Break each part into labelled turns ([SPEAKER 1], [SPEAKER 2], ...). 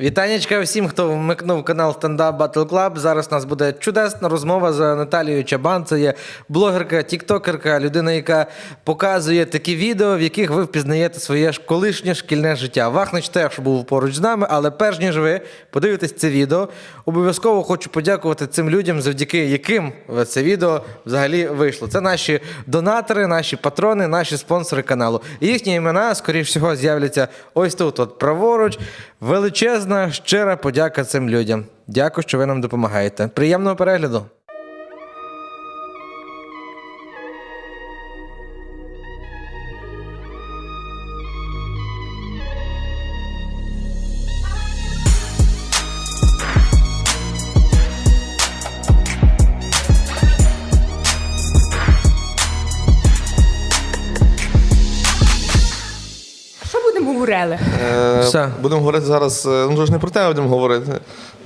[SPEAKER 1] Вітанечка всім, хто вмикнув канал Stand Up Battle Club. Зараз у нас буде чудесна розмова з Наталією Чабан. Це є блогерка, тіктокерка, людина, яка показує такі відео, в яких ви впізнаєте своє ж колишнє шкільне життя. Вахнич теж був поруч з нами, але перш ніж ви подивитесь це відео, обов'язково хочу подякувати цим людям, завдяки яким це відео взагалі вийшло. Це наші донатори, наші патрони, наші спонсори каналу. І їхні імена, скоріш всього, з'являться ось тут, от праворуч. Величезна, щира подяка цим людям. Дякую, що ви нам допомагаєте. Приємного перегляду.
[SPEAKER 2] Що будемо говорили?
[SPEAKER 3] Е,
[SPEAKER 1] Все.
[SPEAKER 3] Будемо говорити зараз. е, Ну, то ж не про те будемо говорити.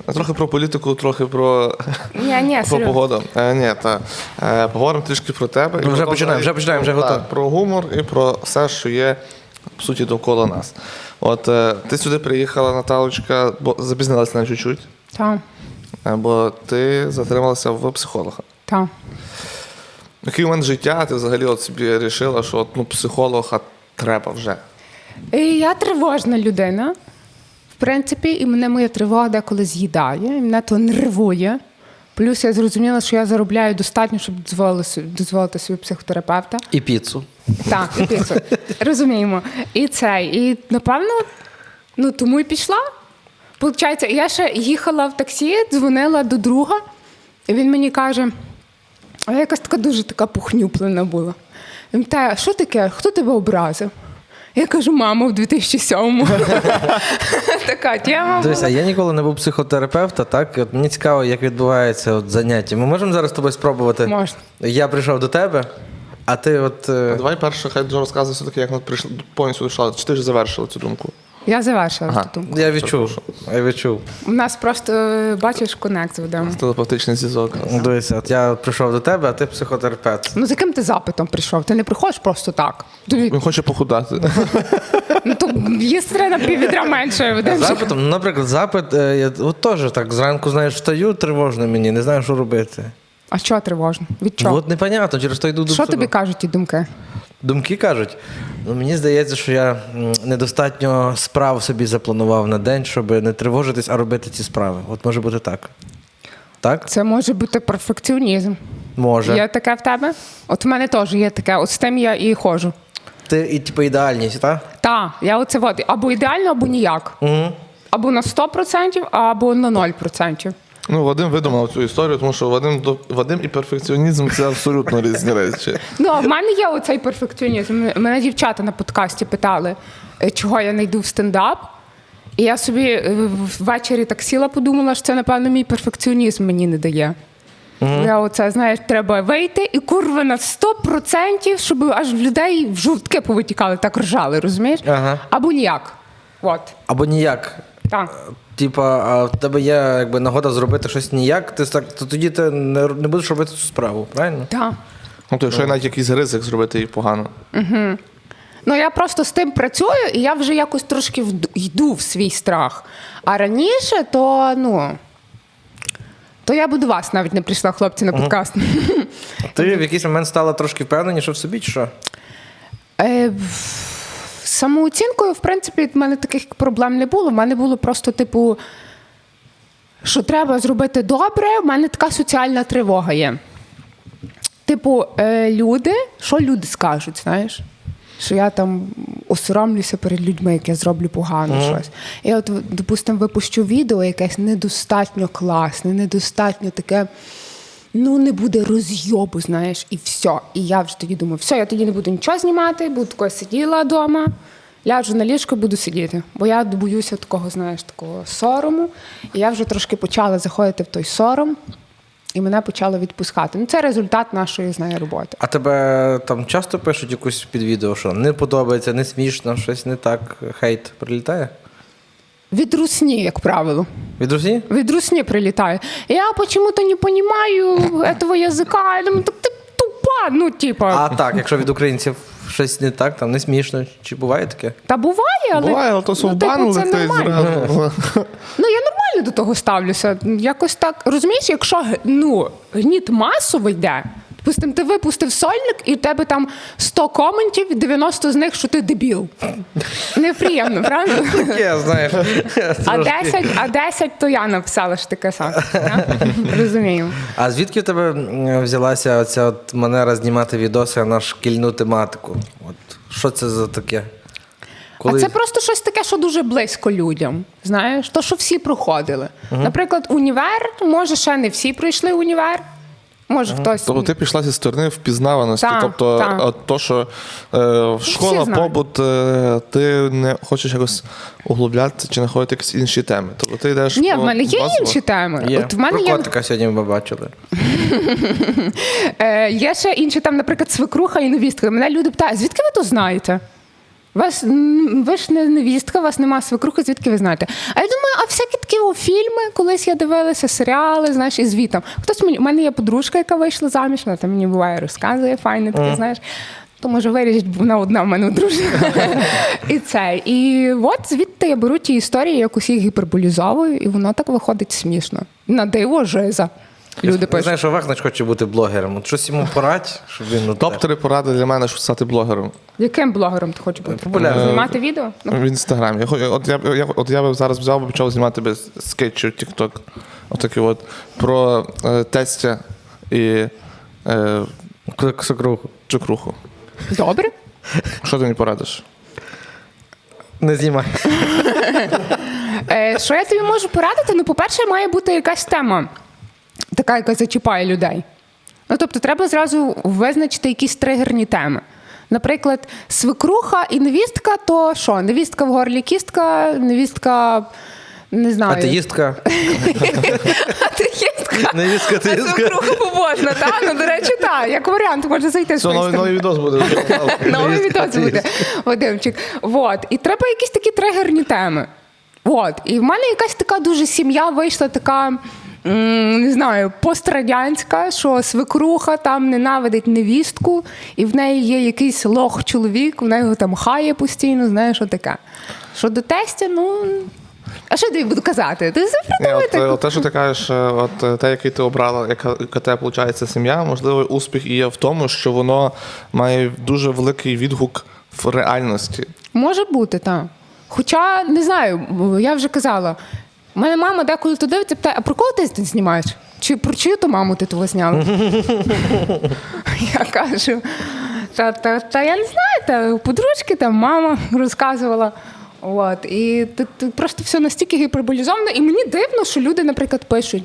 [SPEAKER 3] а Трохи про політику, трохи про,
[SPEAKER 2] Ні, ні,
[SPEAKER 3] про
[SPEAKER 2] серйозно.
[SPEAKER 3] погоду. Е, ні, та. Е, поговоримо трішки про тебе. І
[SPEAKER 1] Ну, вже
[SPEAKER 3] про- Ну,
[SPEAKER 1] починаємо, вже починаємо, вже
[SPEAKER 3] Та,
[SPEAKER 1] готові.
[SPEAKER 3] Про гумор і про все, що є по суті довкола нас. От е, ти сюди приїхала, Наталочка, бо запізнилася на чуть-чуть,
[SPEAKER 2] Та,
[SPEAKER 3] е, бо ти затрималася в психолога.
[SPEAKER 2] та.
[SPEAKER 3] В Який момент життя ти взагалі от собі рішила, що от, ну, психолога треба вже.
[SPEAKER 2] І я тривожна людина, в принципі, і мене моя тривога деколи з'їдає, і мене то нервує. Плюс я зрозуміла, що я заробляю достатньо, щоб дозволити, собі- дозволити собі психотерапевта.
[SPEAKER 1] І піцу.
[SPEAKER 2] Так, і піцу. Розуміємо. І це. І напевно, ну тому і пішла. Получається, я ще їхала в таксі, дзвонила до друга, і він мені каже: а я якась така дуже така пухнюплена була. Він питає, що таке? Хто тебе образив? Я кажу, мама в 2007-му. така тема.
[SPEAKER 1] Дивися,
[SPEAKER 2] була.
[SPEAKER 1] я ніколи не був психотерапевта, так? І От мені цікаво, як відбувається от заняття. Ми можемо зараз з тобою спробувати?
[SPEAKER 2] Можна.
[SPEAKER 1] Я прийшов до тебе, а ти от. е,
[SPEAKER 3] Давай перше, хай Джо розказує все-таки, як вона прийшла повністю дійшла. Чи ти ж завершила цю думку?
[SPEAKER 2] Я завершила
[SPEAKER 3] Ага.
[SPEAKER 2] цю думку.
[SPEAKER 1] Я відчув. Я відчув.
[SPEAKER 2] У нас просто е, бачиш конект ведемо.
[SPEAKER 3] Телепатичний зв'язок.
[SPEAKER 1] Дивися, от я от прийшов до тебе, а ти психотерапевт.
[SPEAKER 2] Ну, з яким ти запитом прийшов? Ти не приходиш просто так. Тобі
[SPEAKER 3] Він хоче похудати.
[SPEAKER 2] Ну то є серена піввідра менше ведемо.
[SPEAKER 1] Запитом, ну, наприклад, запит, е, я от теж так зранку, знаєш, встаю тривожно мені, не знаю, що робити.
[SPEAKER 2] А що тривожно? Від
[SPEAKER 1] Ну,
[SPEAKER 2] чого?
[SPEAKER 1] От непонятно, через то йду до
[SPEAKER 2] що
[SPEAKER 1] психолога.
[SPEAKER 2] тобі кажуть ті думки?
[SPEAKER 1] Думки кажуть, ну мені здається, що я м, недостатньо справ собі запланував на день, щоб не тривожитись, а робити ці справи. От може бути так. Так?
[SPEAKER 2] Це може бути перфекціонізм.
[SPEAKER 1] Може.
[SPEAKER 2] Є таке в тебе? От в мене теж є таке. От з тим я і ходжу.
[SPEAKER 1] Ти і типу ідеальність, так?
[SPEAKER 2] Та, я оце от. Або ідеально, або ніяк. Угу. Або на 100%, або на 0%.
[SPEAKER 3] Ну, Вадим видумав цю історію, тому що Вадим до Вадим і перфекціонізм це абсолютно різні речі.
[SPEAKER 2] Ну, а в мене є оцей перфекціонізм. М- Мене дівчата на подкасті питали, е, чого я не йду в стендап. І я собі е, в- ввечері так сіла, подумала, що це, напевно, мій перфекціонізм мені не дає. Я оце, знаєш, треба вийти і курва на 100%, щоб аж в людей в жовтки повитікали, так ржали, розумієш?
[SPEAKER 1] Ага.
[SPEAKER 2] Або ніяк. От.
[SPEAKER 1] Або ніяк.
[SPEAKER 2] Так.
[SPEAKER 1] Типа, а в тебе є якби нагода зробити щось ніяк, ти так, то тоді ти не, р- не будеш робити цю справу, правильно?
[SPEAKER 2] Так.
[SPEAKER 3] Ну, то якщо є навіть якийсь ризик зробити її погано.
[SPEAKER 2] Ну я просто з тим працюю, і я вже якось трошки вд- йду в свій страх. А раніше, то ну. То я би до вас навіть не прийшла, хлопці, на подкаст.
[SPEAKER 1] Ти в якийсь момент стала трошки впевненіше в собі, чи що?
[SPEAKER 2] Е, в- Самооцінкою, в принципі, в мене таких проблем не було. В мене було просто, типу, що треба зробити добре, в мене така соціальна тривога є. Типу, е, люди, що люди скажуть, знаєш? Що я там осоромлюся перед людьми, як я зроблю погано щось. Я от, допустимо, випущу відео якесь недостатньо класне, недостатньо таке. Ну, не буде розйобу, знаєш, і все. І я вже тоді думаю, все, я тоді не буду нічого знімати, буду такою сиділа вдома, ляжу на ліжко, буду сидіти. Бо я боюся такого, знаєш, такого сорому. І я вже трошки почала заходити в той сором, і мене почало відпускати. Ну, це результат нашої з нею роботи.
[SPEAKER 1] А тебе там часто пишуть якусь під відео, що не подобається, не смішно, щось не так, хейт прилітає?
[SPEAKER 2] Від русні, як правило.
[SPEAKER 1] Від Росії?
[SPEAKER 2] Від русні прилітає. Я почему-то не розумію цього язика. Я думаю, так ти тупа, ну, типа.
[SPEAKER 1] А так, якщо від українців щось не так, там не смішно. Чи буває таке?
[SPEAKER 2] Та буває, але
[SPEAKER 3] Буває, але то
[SPEAKER 2] ну,
[SPEAKER 3] совбан
[SPEAKER 2] типу, це
[SPEAKER 3] летить
[SPEAKER 2] нормально.
[SPEAKER 3] зразу.
[SPEAKER 2] Ну, я нормально до того ставлюся. Якось так. Розумієш, якщо г- ну, гніт масово йде, допустим, ти випустив сольник, і в тебе там 100 коментів, 90 з них, що ти дебіл. Неприємно, правда?
[SPEAKER 1] Таке, знаєш.
[SPEAKER 2] А
[SPEAKER 1] трошки.
[SPEAKER 2] 10, а 10 то я написала ж таке саме. да? Розумію.
[SPEAKER 1] А звідки в тебе м, взялася оця от манера знімати відоси на шкільну тематику? От що це за таке?
[SPEAKER 2] А це просто щось таке, що дуже близько людям. Знаєш, то, що всі проходили. Наприклад, універ, може, ще не всі пройшли універ. Може, хтось.
[SPEAKER 3] Тобто ти пішла зі сторони впізнаваності.
[SPEAKER 2] Так,
[SPEAKER 3] тобто,
[SPEAKER 2] так.
[SPEAKER 3] от то, що е, школа,
[SPEAKER 2] знають.
[SPEAKER 3] побут, е, ти не хочеш якось углублятися чи знаходити якісь інші теми. Тобто ти йдеш.
[SPEAKER 2] Ні,
[SPEAKER 3] по
[SPEAKER 2] в мене є
[SPEAKER 3] базово.
[SPEAKER 2] інші теми.
[SPEAKER 1] Є.
[SPEAKER 2] От в мене
[SPEAKER 1] Про
[SPEAKER 2] є
[SPEAKER 1] котика сьогодні ми бачили.
[SPEAKER 2] Е, є ще інші там, наприклад, свекруха і невістка. Мене люди питають, звідки ви то знаєте? Вас, м, ви ж не невістка, у вас нема свекрухи, звідки ви знаєте? А я думаю, а всякі такі о, фільми, колись я дивилася, серіали, знаєш, і звітом. Хтось мені, у мене є подружка, яка вийшла заміж, вона там мені буває розказує, файне таке, знаєш. То може вирішить, бо вона одна в мене одружена. і це. І от звідти я беру ті історії, якось їх гіперболізовую, і воно так виходить смішно. На диво жиза. Люди
[SPEAKER 1] Я
[SPEAKER 2] пишуть.
[SPEAKER 1] знаю, що Вахнач хоче бути блогером. От щось йому порадь, щоб він ну, так,
[SPEAKER 3] Топ-3 поради для мене, щоб стати блогером.
[SPEAKER 2] Яким блогером ти хочеш бути?
[SPEAKER 1] Е, Популярним.
[SPEAKER 2] Знімати відео? Ну,
[SPEAKER 3] В інстаграмі. Я хо- От я, б- я, б- от я би зараз взяв би почав знімати би скетчі в TikTok. Отакі от про е, тестя і е,
[SPEAKER 1] к- сокруху.
[SPEAKER 3] чукруху.
[SPEAKER 2] добре.
[SPEAKER 3] Що ти мені порадиш?
[SPEAKER 1] Не знімай.
[SPEAKER 2] Е, що я тобі можу порадити? Ну, по-перше, має бути якась тема, така, яка зачіпає людей. Ну, тобто, треба зразу визначити якісь тригерні теми. Наприклад, свекруха і невістка, то що? Невістка в горлі кістка, невістка. Не знаю.
[SPEAKER 1] Атеїстка.
[SPEAKER 2] Атеїстка.
[SPEAKER 1] Невістка,
[SPEAKER 2] А свекруха побожна, так? Ну, до речі, так. Як варіант, може зайти з
[SPEAKER 3] Все,
[SPEAKER 2] тої
[SPEAKER 3] новий,
[SPEAKER 2] сторони.
[SPEAKER 3] новий відос буде.
[SPEAKER 2] Новий відос буде, Вадимчик. От. І треба якісь такі тригерні теми. От. І в мене якась така дуже сім'я вийшла така. м, Не знаю, пострадянська, що свекруха там ненавидить невістку, і в неї є якийсь лох чоловік, вона його там хає постійно, знаєш, що таке. Що до тестя, ну. А що я тобі буду казати? Ти
[SPEAKER 3] Ні,
[SPEAKER 2] запридумай
[SPEAKER 3] от, е,
[SPEAKER 2] так.
[SPEAKER 3] от те, що ти кажеш, е, от е, те, який ти обрала, яка, яка тебе виходить сім'я, можливо, успіх і є в тому, що воно має дуже великий відгук в реальності.
[SPEAKER 2] Може бути, так. Хоча не знаю, я вже казала. У мене мама деколи то дивиться, питає, а про кого ти тут знімаєш? Чи про чию то маму ти того зняла? я кажу, та, та, та я не знаю, та у подружки там мама розказувала. От, і ти, ти просто все настільки гіперболізовано, і мені дивно, що люди, наприклад, пишуть.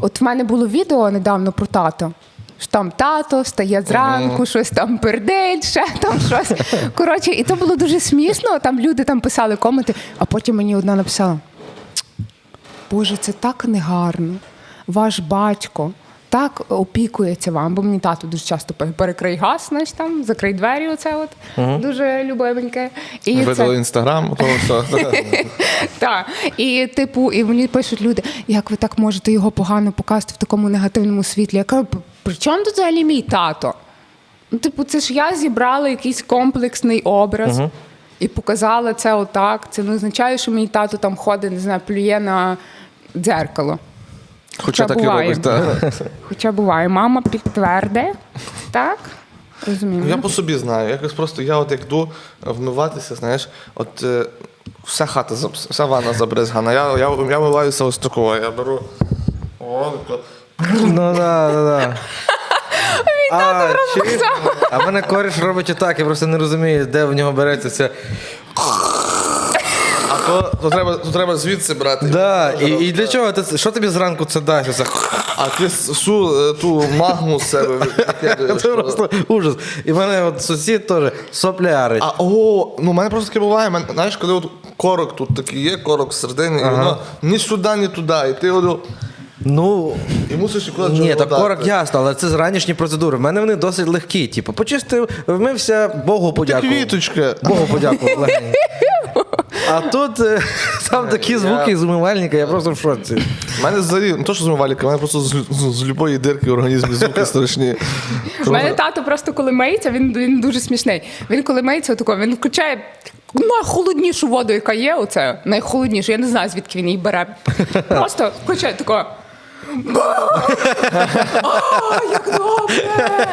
[SPEAKER 2] От в мене було відео недавно про тато. Що там тато стає зранку, щось там пердить, ще там щось. Коротше, і то було дуже смішно. Там люди там писали коменти, а потім мені одна написала: Боже, це так негарно. Ваш батько так опікується вам, бо мені тато дуже часто пе- перекрий газ, знаєш там, закрий двері. Оце от дуже любименьке. І це-
[SPEAKER 3] Видали інстаграм, то все.
[SPEAKER 2] так. І типу, і мені пишуть люди, як ви так можете його погано показати в такому негативному світлі. Я кажу, «П- при чому тут взагалі мій тато? Ну, типу, це ж я зібрала якийсь комплексний образ і показала це отак. Це не означає, що мій тато там ходить, не знаю, плює на дзеркало.
[SPEAKER 3] Хоча так і
[SPEAKER 2] буває.
[SPEAKER 3] робить. так.
[SPEAKER 2] Хоча буває, мама підтверде, так? Розумію.
[SPEAKER 3] Я по собі знаю. Якось просто я от як йду е, вмиватися, знаєш, от е, вся хата заб- вся ванна забризгана. Я, я, я вмиваюся ось такого. Я беру. О, тако.
[SPEAKER 1] Ну да, да, да. А, чи... а в мене кореш робить отак, я просто не розумію, де в нього береться це.
[SPEAKER 3] а то, то, треба, то треба звідси брати.
[SPEAKER 1] Да, і, і для чого? ти це- Що тобі зранку це дасть? Оце?
[SPEAKER 3] А ти всю е, ту магму з себе викидаєш.
[SPEAKER 1] Це просто ужас. І в мене от сусід теж соплярить.
[SPEAKER 3] А о, ну в мене просто таке буває. Мен, знаєш, коли от корок тут такий є, корок середини, і воно ні сюди, ні туди. І ти от,
[SPEAKER 1] Ну,
[SPEAKER 3] і мусиш якусь
[SPEAKER 1] Ні, так корок ясно, але це ранішні процедури. В мене вони досить легкі. Типу, почистив, Ну, вмився, Богу подякував.
[SPEAKER 3] Квіточка.
[SPEAKER 1] Богу подякував. легенько. А тут е, там такі
[SPEAKER 3] Я-
[SPEAKER 1] звуки з умивальника, я просто в шоці.
[SPEAKER 3] У мене взагалі не то, що з миваліка, у мене просто з, з, з любої дирки в організмі звуки страшні.
[SPEAKER 2] У мене тато просто коли миється, він, він дуже смішний. Він коли миється, отако, він включає найхолоднішу воду, яка є, оце найхолоднішу. Я не знаю, звідки він її бере. Просто включає тако. О, як добре!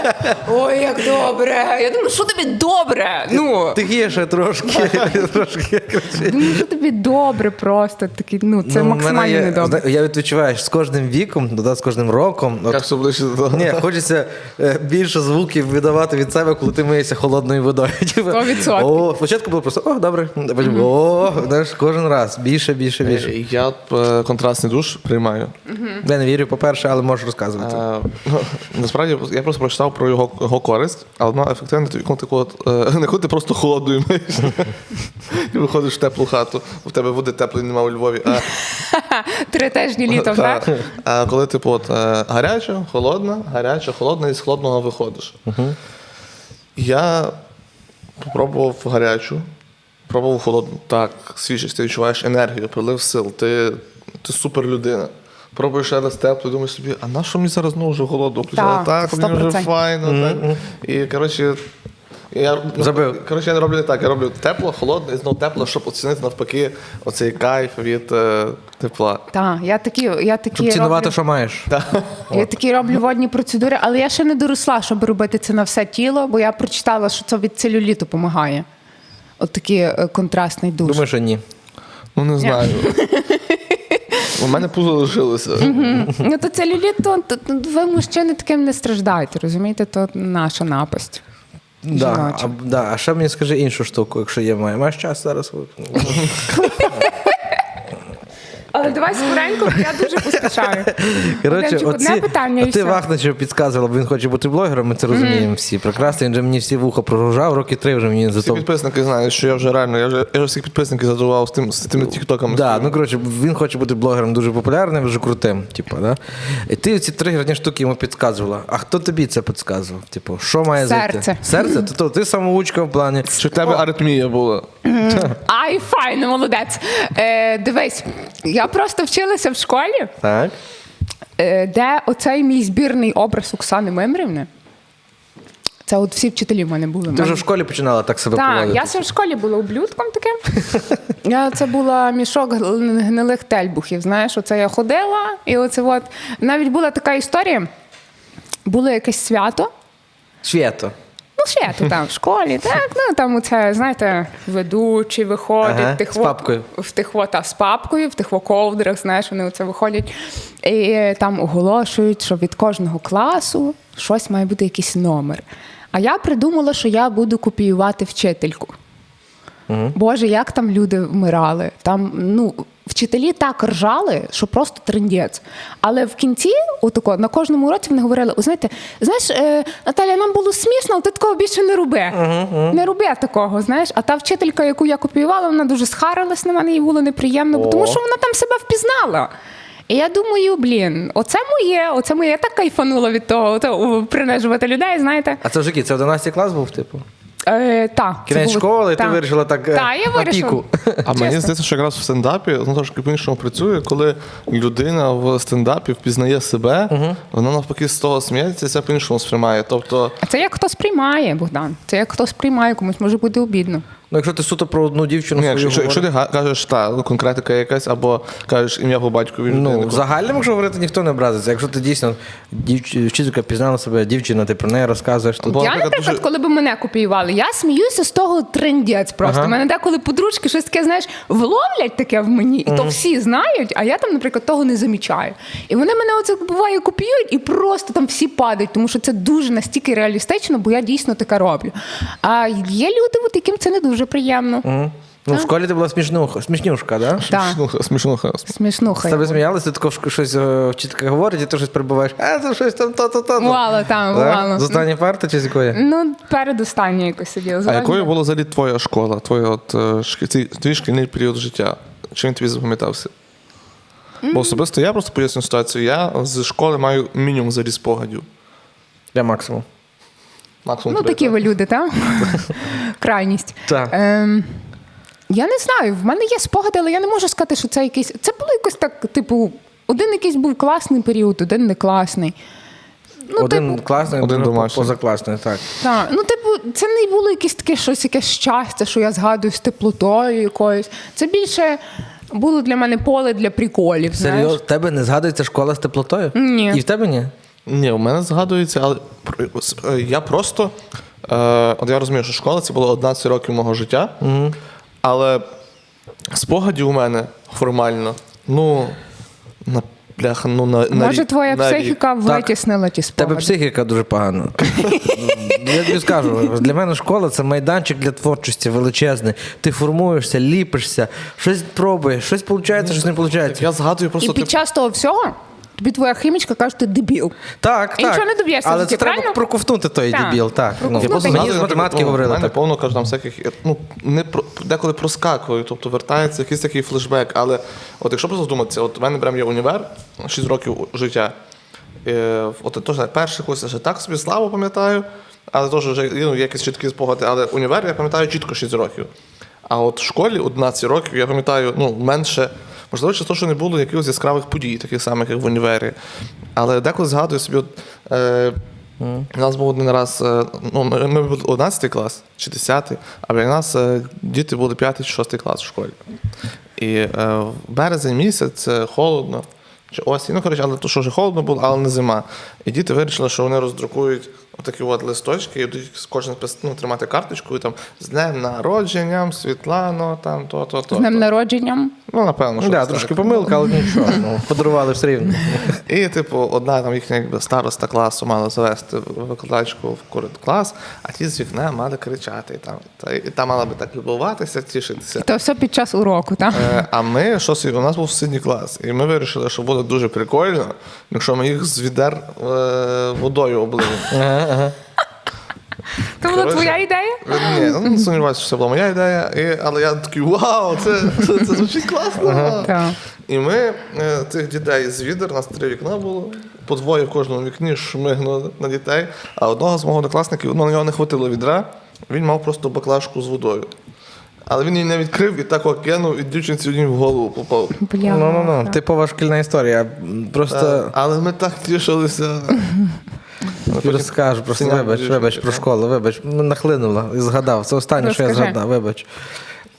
[SPEAKER 2] Ой, як добре! Я думаю, що тобі добре? Ну,
[SPEAKER 1] Тихіше трошки. трошки кричи.
[SPEAKER 2] думаю, що тобі добре просто. Такий, ну, це
[SPEAKER 1] Ну, в мене
[SPEAKER 2] максимально
[SPEAKER 1] є-
[SPEAKER 2] недобре.
[SPEAKER 1] зна- Я відчуваю, що з кожним віком, ну, да, з кожним роком, от
[SPEAKER 3] Як все ближче до того.
[SPEAKER 1] Ні, хочеться е, більше звуків видавати від себе, коли ти миєшся холодною водою. Типу,
[SPEAKER 2] Сто відсотків.
[SPEAKER 1] О, спочатку було просто о, добре. а потім, О, знаєш, кожен раз більше, більше, більше.
[SPEAKER 3] Я е, контрастний душ приймаю.
[SPEAKER 1] Я не вірю, по-перше, але можеш розказувати.
[SPEAKER 3] Е, ну, Насправді я просто прочитав про його, його користь, але вона ефективна, тобі коли ти холод- е, не коли ти просто холодною миєш і виходиш в теплу хату. У тебе води теплої немає у Львові. А,
[SPEAKER 2] Три тижні літом,
[SPEAKER 3] та,
[SPEAKER 2] так?
[SPEAKER 3] а коли типу от, е, гаряча, холодна, гаряча, холодна, і з холодного виходиш. Я попробував гарячу, пробував холодну. Так, свіжість, ти відчуваєш енергію, прилив сил, ти, ти супер людина. Пробуєш ще раз тепло, і думаєш собі, а на що мені зараз знову вже холодно? включати?
[SPEAKER 2] Так,
[SPEAKER 3] так мені вже
[SPEAKER 2] 100%.
[SPEAKER 3] файно. Так. І коротше, я, ну,
[SPEAKER 1] Забив.
[SPEAKER 3] коротше, я не роблю так, я роблю тепло, холодно і знову тепло, щоб оцінити навпаки оцей кайф від е, тепла.
[SPEAKER 2] Так, я такі, я такі
[SPEAKER 1] Щоб цінувати,
[SPEAKER 2] роблю-
[SPEAKER 1] що маєш.
[SPEAKER 2] Я такі роблю водні процедури, але я ще не доросла, щоб робити це на все тіло, бо я прочитала, що це від целюліту допомагає. От такий е, контрастний душ.
[SPEAKER 1] Думаю, що ні.
[SPEAKER 3] Ну, не знаю. У мене пузо лишилося.
[SPEAKER 2] Ну то целюліт, то, то- то ви мужчини таким не страждаєте, розумієте? То наша напасть.
[SPEAKER 1] Да,
[SPEAKER 2] Жіноча.
[SPEAKER 1] а, да. а ще мені скажи іншу штуку, якщо є моя. Маєш час зараз?
[SPEAKER 2] Але давай скоренько, бо я дуже поспішаю. Богданчик, одне питання, і
[SPEAKER 1] ти
[SPEAKER 2] все.
[SPEAKER 1] Вахничев підказувала, бо він хоче бути блогером, ми це розуміємо всі. Прекрасно, він же мені всі вуха проружав, роки три вже мені за
[SPEAKER 3] Тобто Всі
[SPEAKER 1] то
[SPEAKER 3] підписники знають, що я вже реально, я вже, я вже всіх підписників задував з, тим, з тими тіктоками.
[SPEAKER 1] Да, ну коротше, він хоче бути блогером дуже популярним, дуже крутим. Типу, да? І ти ці тригерні штуки йому підказувала. А хто тобі це підказував? Типу, що має зайти?
[SPEAKER 2] Серце.
[SPEAKER 1] Серце? То, то ти самоучка в плані.
[SPEAKER 3] Що в тебе аритмія була?
[SPEAKER 2] Ай, файно, молодець. Е, дивись, я просто вчилася в школі,
[SPEAKER 1] Так.
[SPEAKER 2] е, де оцей мій збірний образ Оксани Мимрівни. Це от всі вчителі в мене були.
[SPEAKER 1] Ти вже в школі починала так себе
[SPEAKER 2] Так,
[SPEAKER 1] поводити?
[SPEAKER 2] я ще в школі була ублюдком таким. Я, це була мішок гл- гнилих тельбухів. Знаєш, оце я ходила, і оце от. Навіть була така історія. Було якесь свято.
[SPEAKER 1] Свято.
[SPEAKER 2] Ну, свято там в школі, так, ну там оце, знаєте, ведучі виходять,
[SPEAKER 1] Ага,
[SPEAKER 2] тихво,
[SPEAKER 1] з папкою.
[SPEAKER 2] в тихво та з папкою, в тихво ковдрах, знаєш, вони оце виходять і там оголошують, що від кожного класу щось має бути якийсь номер. А я придумала, що я буду копіювати вчительку. Боже, як там люди вмирали. Там, ну, вчителі так ржали, що просто трендець. Але в кінці, отако, на кожному уроці вони говорили: «О, знаєте, знаєш, е, Наталя, нам було смішно, але ти такого більше не роби. Не роби такого, знаєш. А та вчителька, яку я копіювала, вона дуже схарилась на мене, їй було неприємно, бо тому що вона там себе впізнала. І я думаю, блін, оце моє, оце моє. Я так кайфанула від того, ото, о, принижувати людей, знаєте.
[SPEAKER 1] А це вже який? Це 11 клас був, типу?
[SPEAKER 2] Е, та, це
[SPEAKER 1] Кінець
[SPEAKER 2] було-
[SPEAKER 1] школи, і ти
[SPEAKER 2] та.
[SPEAKER 1] вирішила так, е,
[SPEAKER 2] Та, я
[SPEAKER 1] на
[SPEAKER 2] вирішила.
[SPEAKER 1] піку.
[SPEAKER 3] А мені
[SPEAKER 2] Чесно.
[SPEAKER 3] здається, що якраз в стендапі ну, трошки по-іншому працює, коли людина в стендапі впізнає себе, вона навпаки з того сміється, і це по-іншому сприймає. Тобто,
[SPEAKER 2] А це як хто сприймає, Богдан. Це як хто сприймає, комусь може бути обідно.
[SPEAKER 1] Ну, якщо ти суто про одну дівчину
[SPEAKER 3] ні,
[SPEAKER 1] свою
[SPEAKER 3] ну, якщо, якщо ти
[SPEAKER 1] говориш.
[SPEAKER 3] га- кажеш та ну, конкретика якась, або кажеш ім'я по батькові людини,
[SPEAKER 1] Ну, в загальному, якщо говорити, ніхто не образиться. Якщо ти дійсно дівч... вчителька пізнала себе, дівчина, ти про неї розказуєш, то
[SPEAKER 3] Бо,
[SPEAKER 2] я,
[SPEAKER 3] наприклад,
[SPEAKER 2] наприклад,
[SPEAKER 3] дуже-
[SPEAKER 2] коли б мене копіювали, я сміюся з того трендець просто. У мене деколи подружки щось таке, знаєш, вловлять таке в мені, і то всі знають, а я там, наприклад, того не замічаю. І вони мене оце буває копіюють, і просто там всі падають, тому що це дуже настільки реалістично, бо я дійсно таке роблю. А є люди, от яким це не дуже приємно.
[SPEAKER 1] ну, в школі ти була смішнуха, смішнюшка, да?
[SPEAKER 2] Так,
[SPEAKER 3] смішнуха, смішнуха.
[SPEAKER 1] З
[SPEAKER 2] смішнуха.
[SPEAKER 1] тебе сміялися, ти тако щось е, вчителька говорить, і ти щось перебуваєш. А, Е, це щось там то-то-то.
[SPEAKER 2] Бувало, так, бувало.
[SPEAKER 1] З останньої парти чи з якої?
[SPEAKER 2] Ну, передостаннє якось сиділа.
[SPEAKER 3] А
[SPEAKER 2] залежно.
[SPEAKER 3] якою була взагалі твоя школа, твоя от, е, шк- твій- твій шкільний період життя? Чим він тобі запам'ятався? Бо особисто я просто поясню ситуацію. Я з школи маю мінімум заріз погадів.
[SPEAKER 1] Я максимум.
[SPEAKER 3] Максимум
[SPEAKER 2] Ну,
[SPEAKER 3] три,
[SPEAKER 2] такі
[SPEAKER 3] так.
[SPEAKER 2] ви люди, так? Крайність.
[SPEAKER 1] Так.
[SPEAKER 2] Ем, Я не знаю, в мене є спогади, але я не можу сказати, що це якийсь. Це було якось так, типу, один якийсь був класний період, один не класний. Ну,
[SPEAKER 1] один
[SPEAKER 2] типу,
[SPEAKER 1] класний,
[SPEAKER 3] Один
[SPEAKER 1] другий
[SPEAKER 3] домашній.
[SPEAKER 1] позакласний, так.
[SPEAKER 2] та, ну, типу, це не було якесь таке щось, яке щастя, що я згадую з теплотою якоюсь. Це більше було для мене поле для приколів. знаєш.
[SPEAKER 1] Серйозно, в тебе не згадується школа з теплотою?
[SPEAKER 2] Ні.
[SPEAKER 1] І в тебе ні?
[SPEAKER 3] Ні, у мене згадується, але про- с- е, я просто. Е, от я розумію, що школа це було 11 років мого життя, але спогадів у мене формально, ну, на бляха, ну на, на
[SPEAKER 2] Може,
[SPEAKER 3] рік,
[SPEAKER 2] твоя
[SPEAKER 3] на рік.
[SPEAKER 2] психіка витіснила ті
[SPEAKER 1] В тебе
[SPEAKER 2] спогади.
[SPEAKER 1] психіка дуже погана. Ну, Я тобі скажу, для мене школа це майданчик для творчості величезний. Ти формуєшся, ліпишся, щось пробуєш, щось виходить, щось не виходить.
[SPEAKER 3] Я згадую просто типу,
[SPEAKER 2] І під час того всього тобі твоя хімічка каже, що ти дебіл.
[SPEAKER 1] Так,
[SPEAKER 2] І
[SPEAKER 1] так.
[SPEAKER 2] нічого не доб'єшся в
[SPEAKER 1] Але
[SPEAKER 2] житті,
[SPEAKER 1] це треба
[SPEAKER 2] правильно?
[SPEAKER 1] проковтнути той
[SPEAKER 2] Так.
[SPEAKER 1] дебіл, так. Ну,
[SPEAKER 2] Проковтнути.
[SPEAKER 3] Я просто
[SPEAKER 1] мені
[SPEAKER 3] згадую,
[SPEAKER 1] з
[SPEAKER 3] наприклад,
[SPEAKER 1] математики
[SPEAKER 3] ну, в
[SPEAKER 1] говорили
[SPEAKER 3] мене
[SPEAKER 1] так.
[SPEAKER 3] повно кажу там всяких, ну не про деколи проскакую, тобто вертається якийсь такий флешбек. Але от якщо просто задуматися, от в мене прям є універ, 6 років життя. Е, от теж так, перший курс я ще так собі славу пам'ятаю, але теж вже ну, є якісь чіткі спогади. Але універ я пам'ятаю чітко 6 років. А от в школі 11 років я пам'ятаю ну, менше. Можливо, через те, що не було якихось яскравих подій, таких самих, як в універі. Але деколи згадую собі, от, е, у нас був один раз, е, ну, ми, ми були 11 клас чи 10, а біля нас е, діти були 5 чи 6 клас в школі. І е, в березень місяць е, холодно, чи осінь, ну коротше, але то, що вже холодно було, але не зима. І діти вирішили, що вони роздрукують такі от листочки, і будуть кожен пис- ну, тримати карточку і там з днем народженням, Світлано, там то, то, то.
[SPEAKER 2] З днем
[SPEAKER 3] то».
[SPEAKER 2] народженням.
[SPEAKER 3] Ну, напевно, що
[SPEAKER 1] Да,
[SPEAKER 3] десь
[SPEAKER 1] трошки
[SPEAKER 3] так.
[SPEAKER 1] помилка, але нічого. Ну, подарували все рівно.
[SPEAKER 3] І, типу, одна там їхня якби, староста класу мала завести викладачку в корид клас, а ті з вікна мали кричати. І там, та, і та мала би так любуватися, тішитися.
[SPEAKER 2] То все під час уроку, так?
[SPEAKER 3] Е, А ми щось, у нас був синій клас, і ми вирішили, що буде дуже прикольно, якщо ми їх з відер е, водою облили.
[SPEAKER 2] Це була
[SPEAKER 3] коротше.
[SPEAKER 2] твоя ідея?
[SPEAKER 3] Ні, ну сумніваюся, що це була моя ідея, і, але я такий вау, це, це, це звучить класно.
[SPEAKER 2] Так.
[SPEAKER 3] І ми е, цих дітей з відер, нас три вікна було, по двоє в кожному вікні шмигнули на дітей. А одного з мого однокласників, ну на нього не хватило відра, він мав просто баклажку з водою. Але він її не відкрив і так окинув, і дівчинці одній в голову попав.
[SPEAKER 2] Бля.
[SPEAKER 1] Ну, ну, ну, типова шкільна історія. Просто
[SPEAKER 3] Е, Але ми так тішилися.
[SPEAKER 1] тобі розкажу, просто
[SPEAKER 3] синяк
[SPEAKER 1] вибач,
[SPEAKER 3] дуже
[SPEAKER 1] вибач
[SPEAKER 3] швидко.
[SPEAKER 1] про школу, вибач. М, Нахлинула і згадав. Це останнє, що я
[SPEAKER 2] Розкажи.
[SPEAKER 1] згадав, вибач.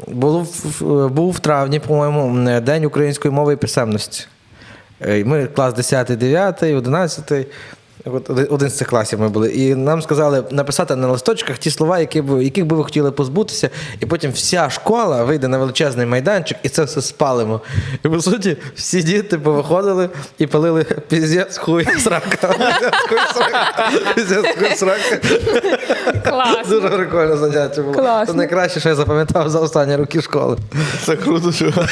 [SPEAKER 1] Було в- в- був в травні, по-моєму, м, День української мови і писемності. Е, і Ми клас 10, 9, 11. От оди- один з цих класів ми були. І нам сказали написати на листочках ті слова, які б, яких би ви хотіли позбутися, і потім вся школа вийде на величезний майданчик і це все спалимо. І по суті, всі діти повиходили і палили піздець, хуй, срака. Піздець, хуй, срака. Піздець, хуй, срака.
[SPEAKER 2] Клас.
[SPEAKER 1] Дуже прикольне заняття було.
[SPEAKER 2] Класно.
[SPEAKER 1] Це найкраще, що я запам'ятав за останні роки школи.
[SPEAKER 3] Це круто, чувак.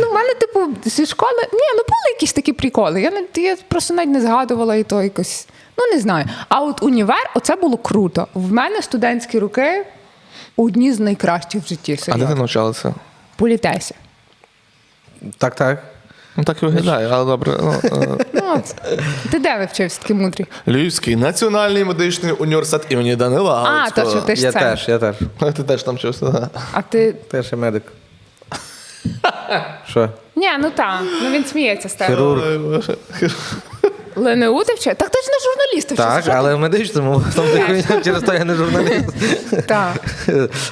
[SPEAKER 2] Ну, в мене, типу, зі школи. Ні, ну були якісь такі приколи. Я, не- я просто навіть не згадувала і то якось. Ну, не знаю. А от універ, оце було круто. В мене студентські роки одні з найкращих в житті.
[SPEAKER 3] А де
[SPEAKER 2] серйозно.
[SPEAKER 3] ти навчалася?
[SPEAKER 2] Політесі.
[SPEAKER 1] Так, так.
[SPEAKER 3] Ну так і виглядає, але добре. Ну, е,
[SPEAKER 2] Ну, от. ти де вивчився такий мудрий?
[SPEAKER 3] Львівський національний медичний університет імені Данила
[SPEAKER 2] А,
[SPEAKER 3] Галицького.
[SPEAKER 2] то що ти ж
[SPEAKER 1] я
[SPEAKER 2] це.
[SPEAKER 1] теж, я теж.
[SPEAKER 3] Ну, Ти теж там чувся. да.
[SPEAKER 2] А ти.
[SPEAKER 1] Теж я медик. Що?
[SPEAKER 2] Ні, ну так, ну він сміється з тебе.
[SPEAKER 1] Хірург.
[SPEAKER 3] Ой, Боже.
[SPEAKER 2] ЛНУ ти вчив? Так ти ж не журналіст
[SPEAKER 1] Так, але в медичному там ти хуйня, через то я не журналіст.
[SPEAKER 2] Так.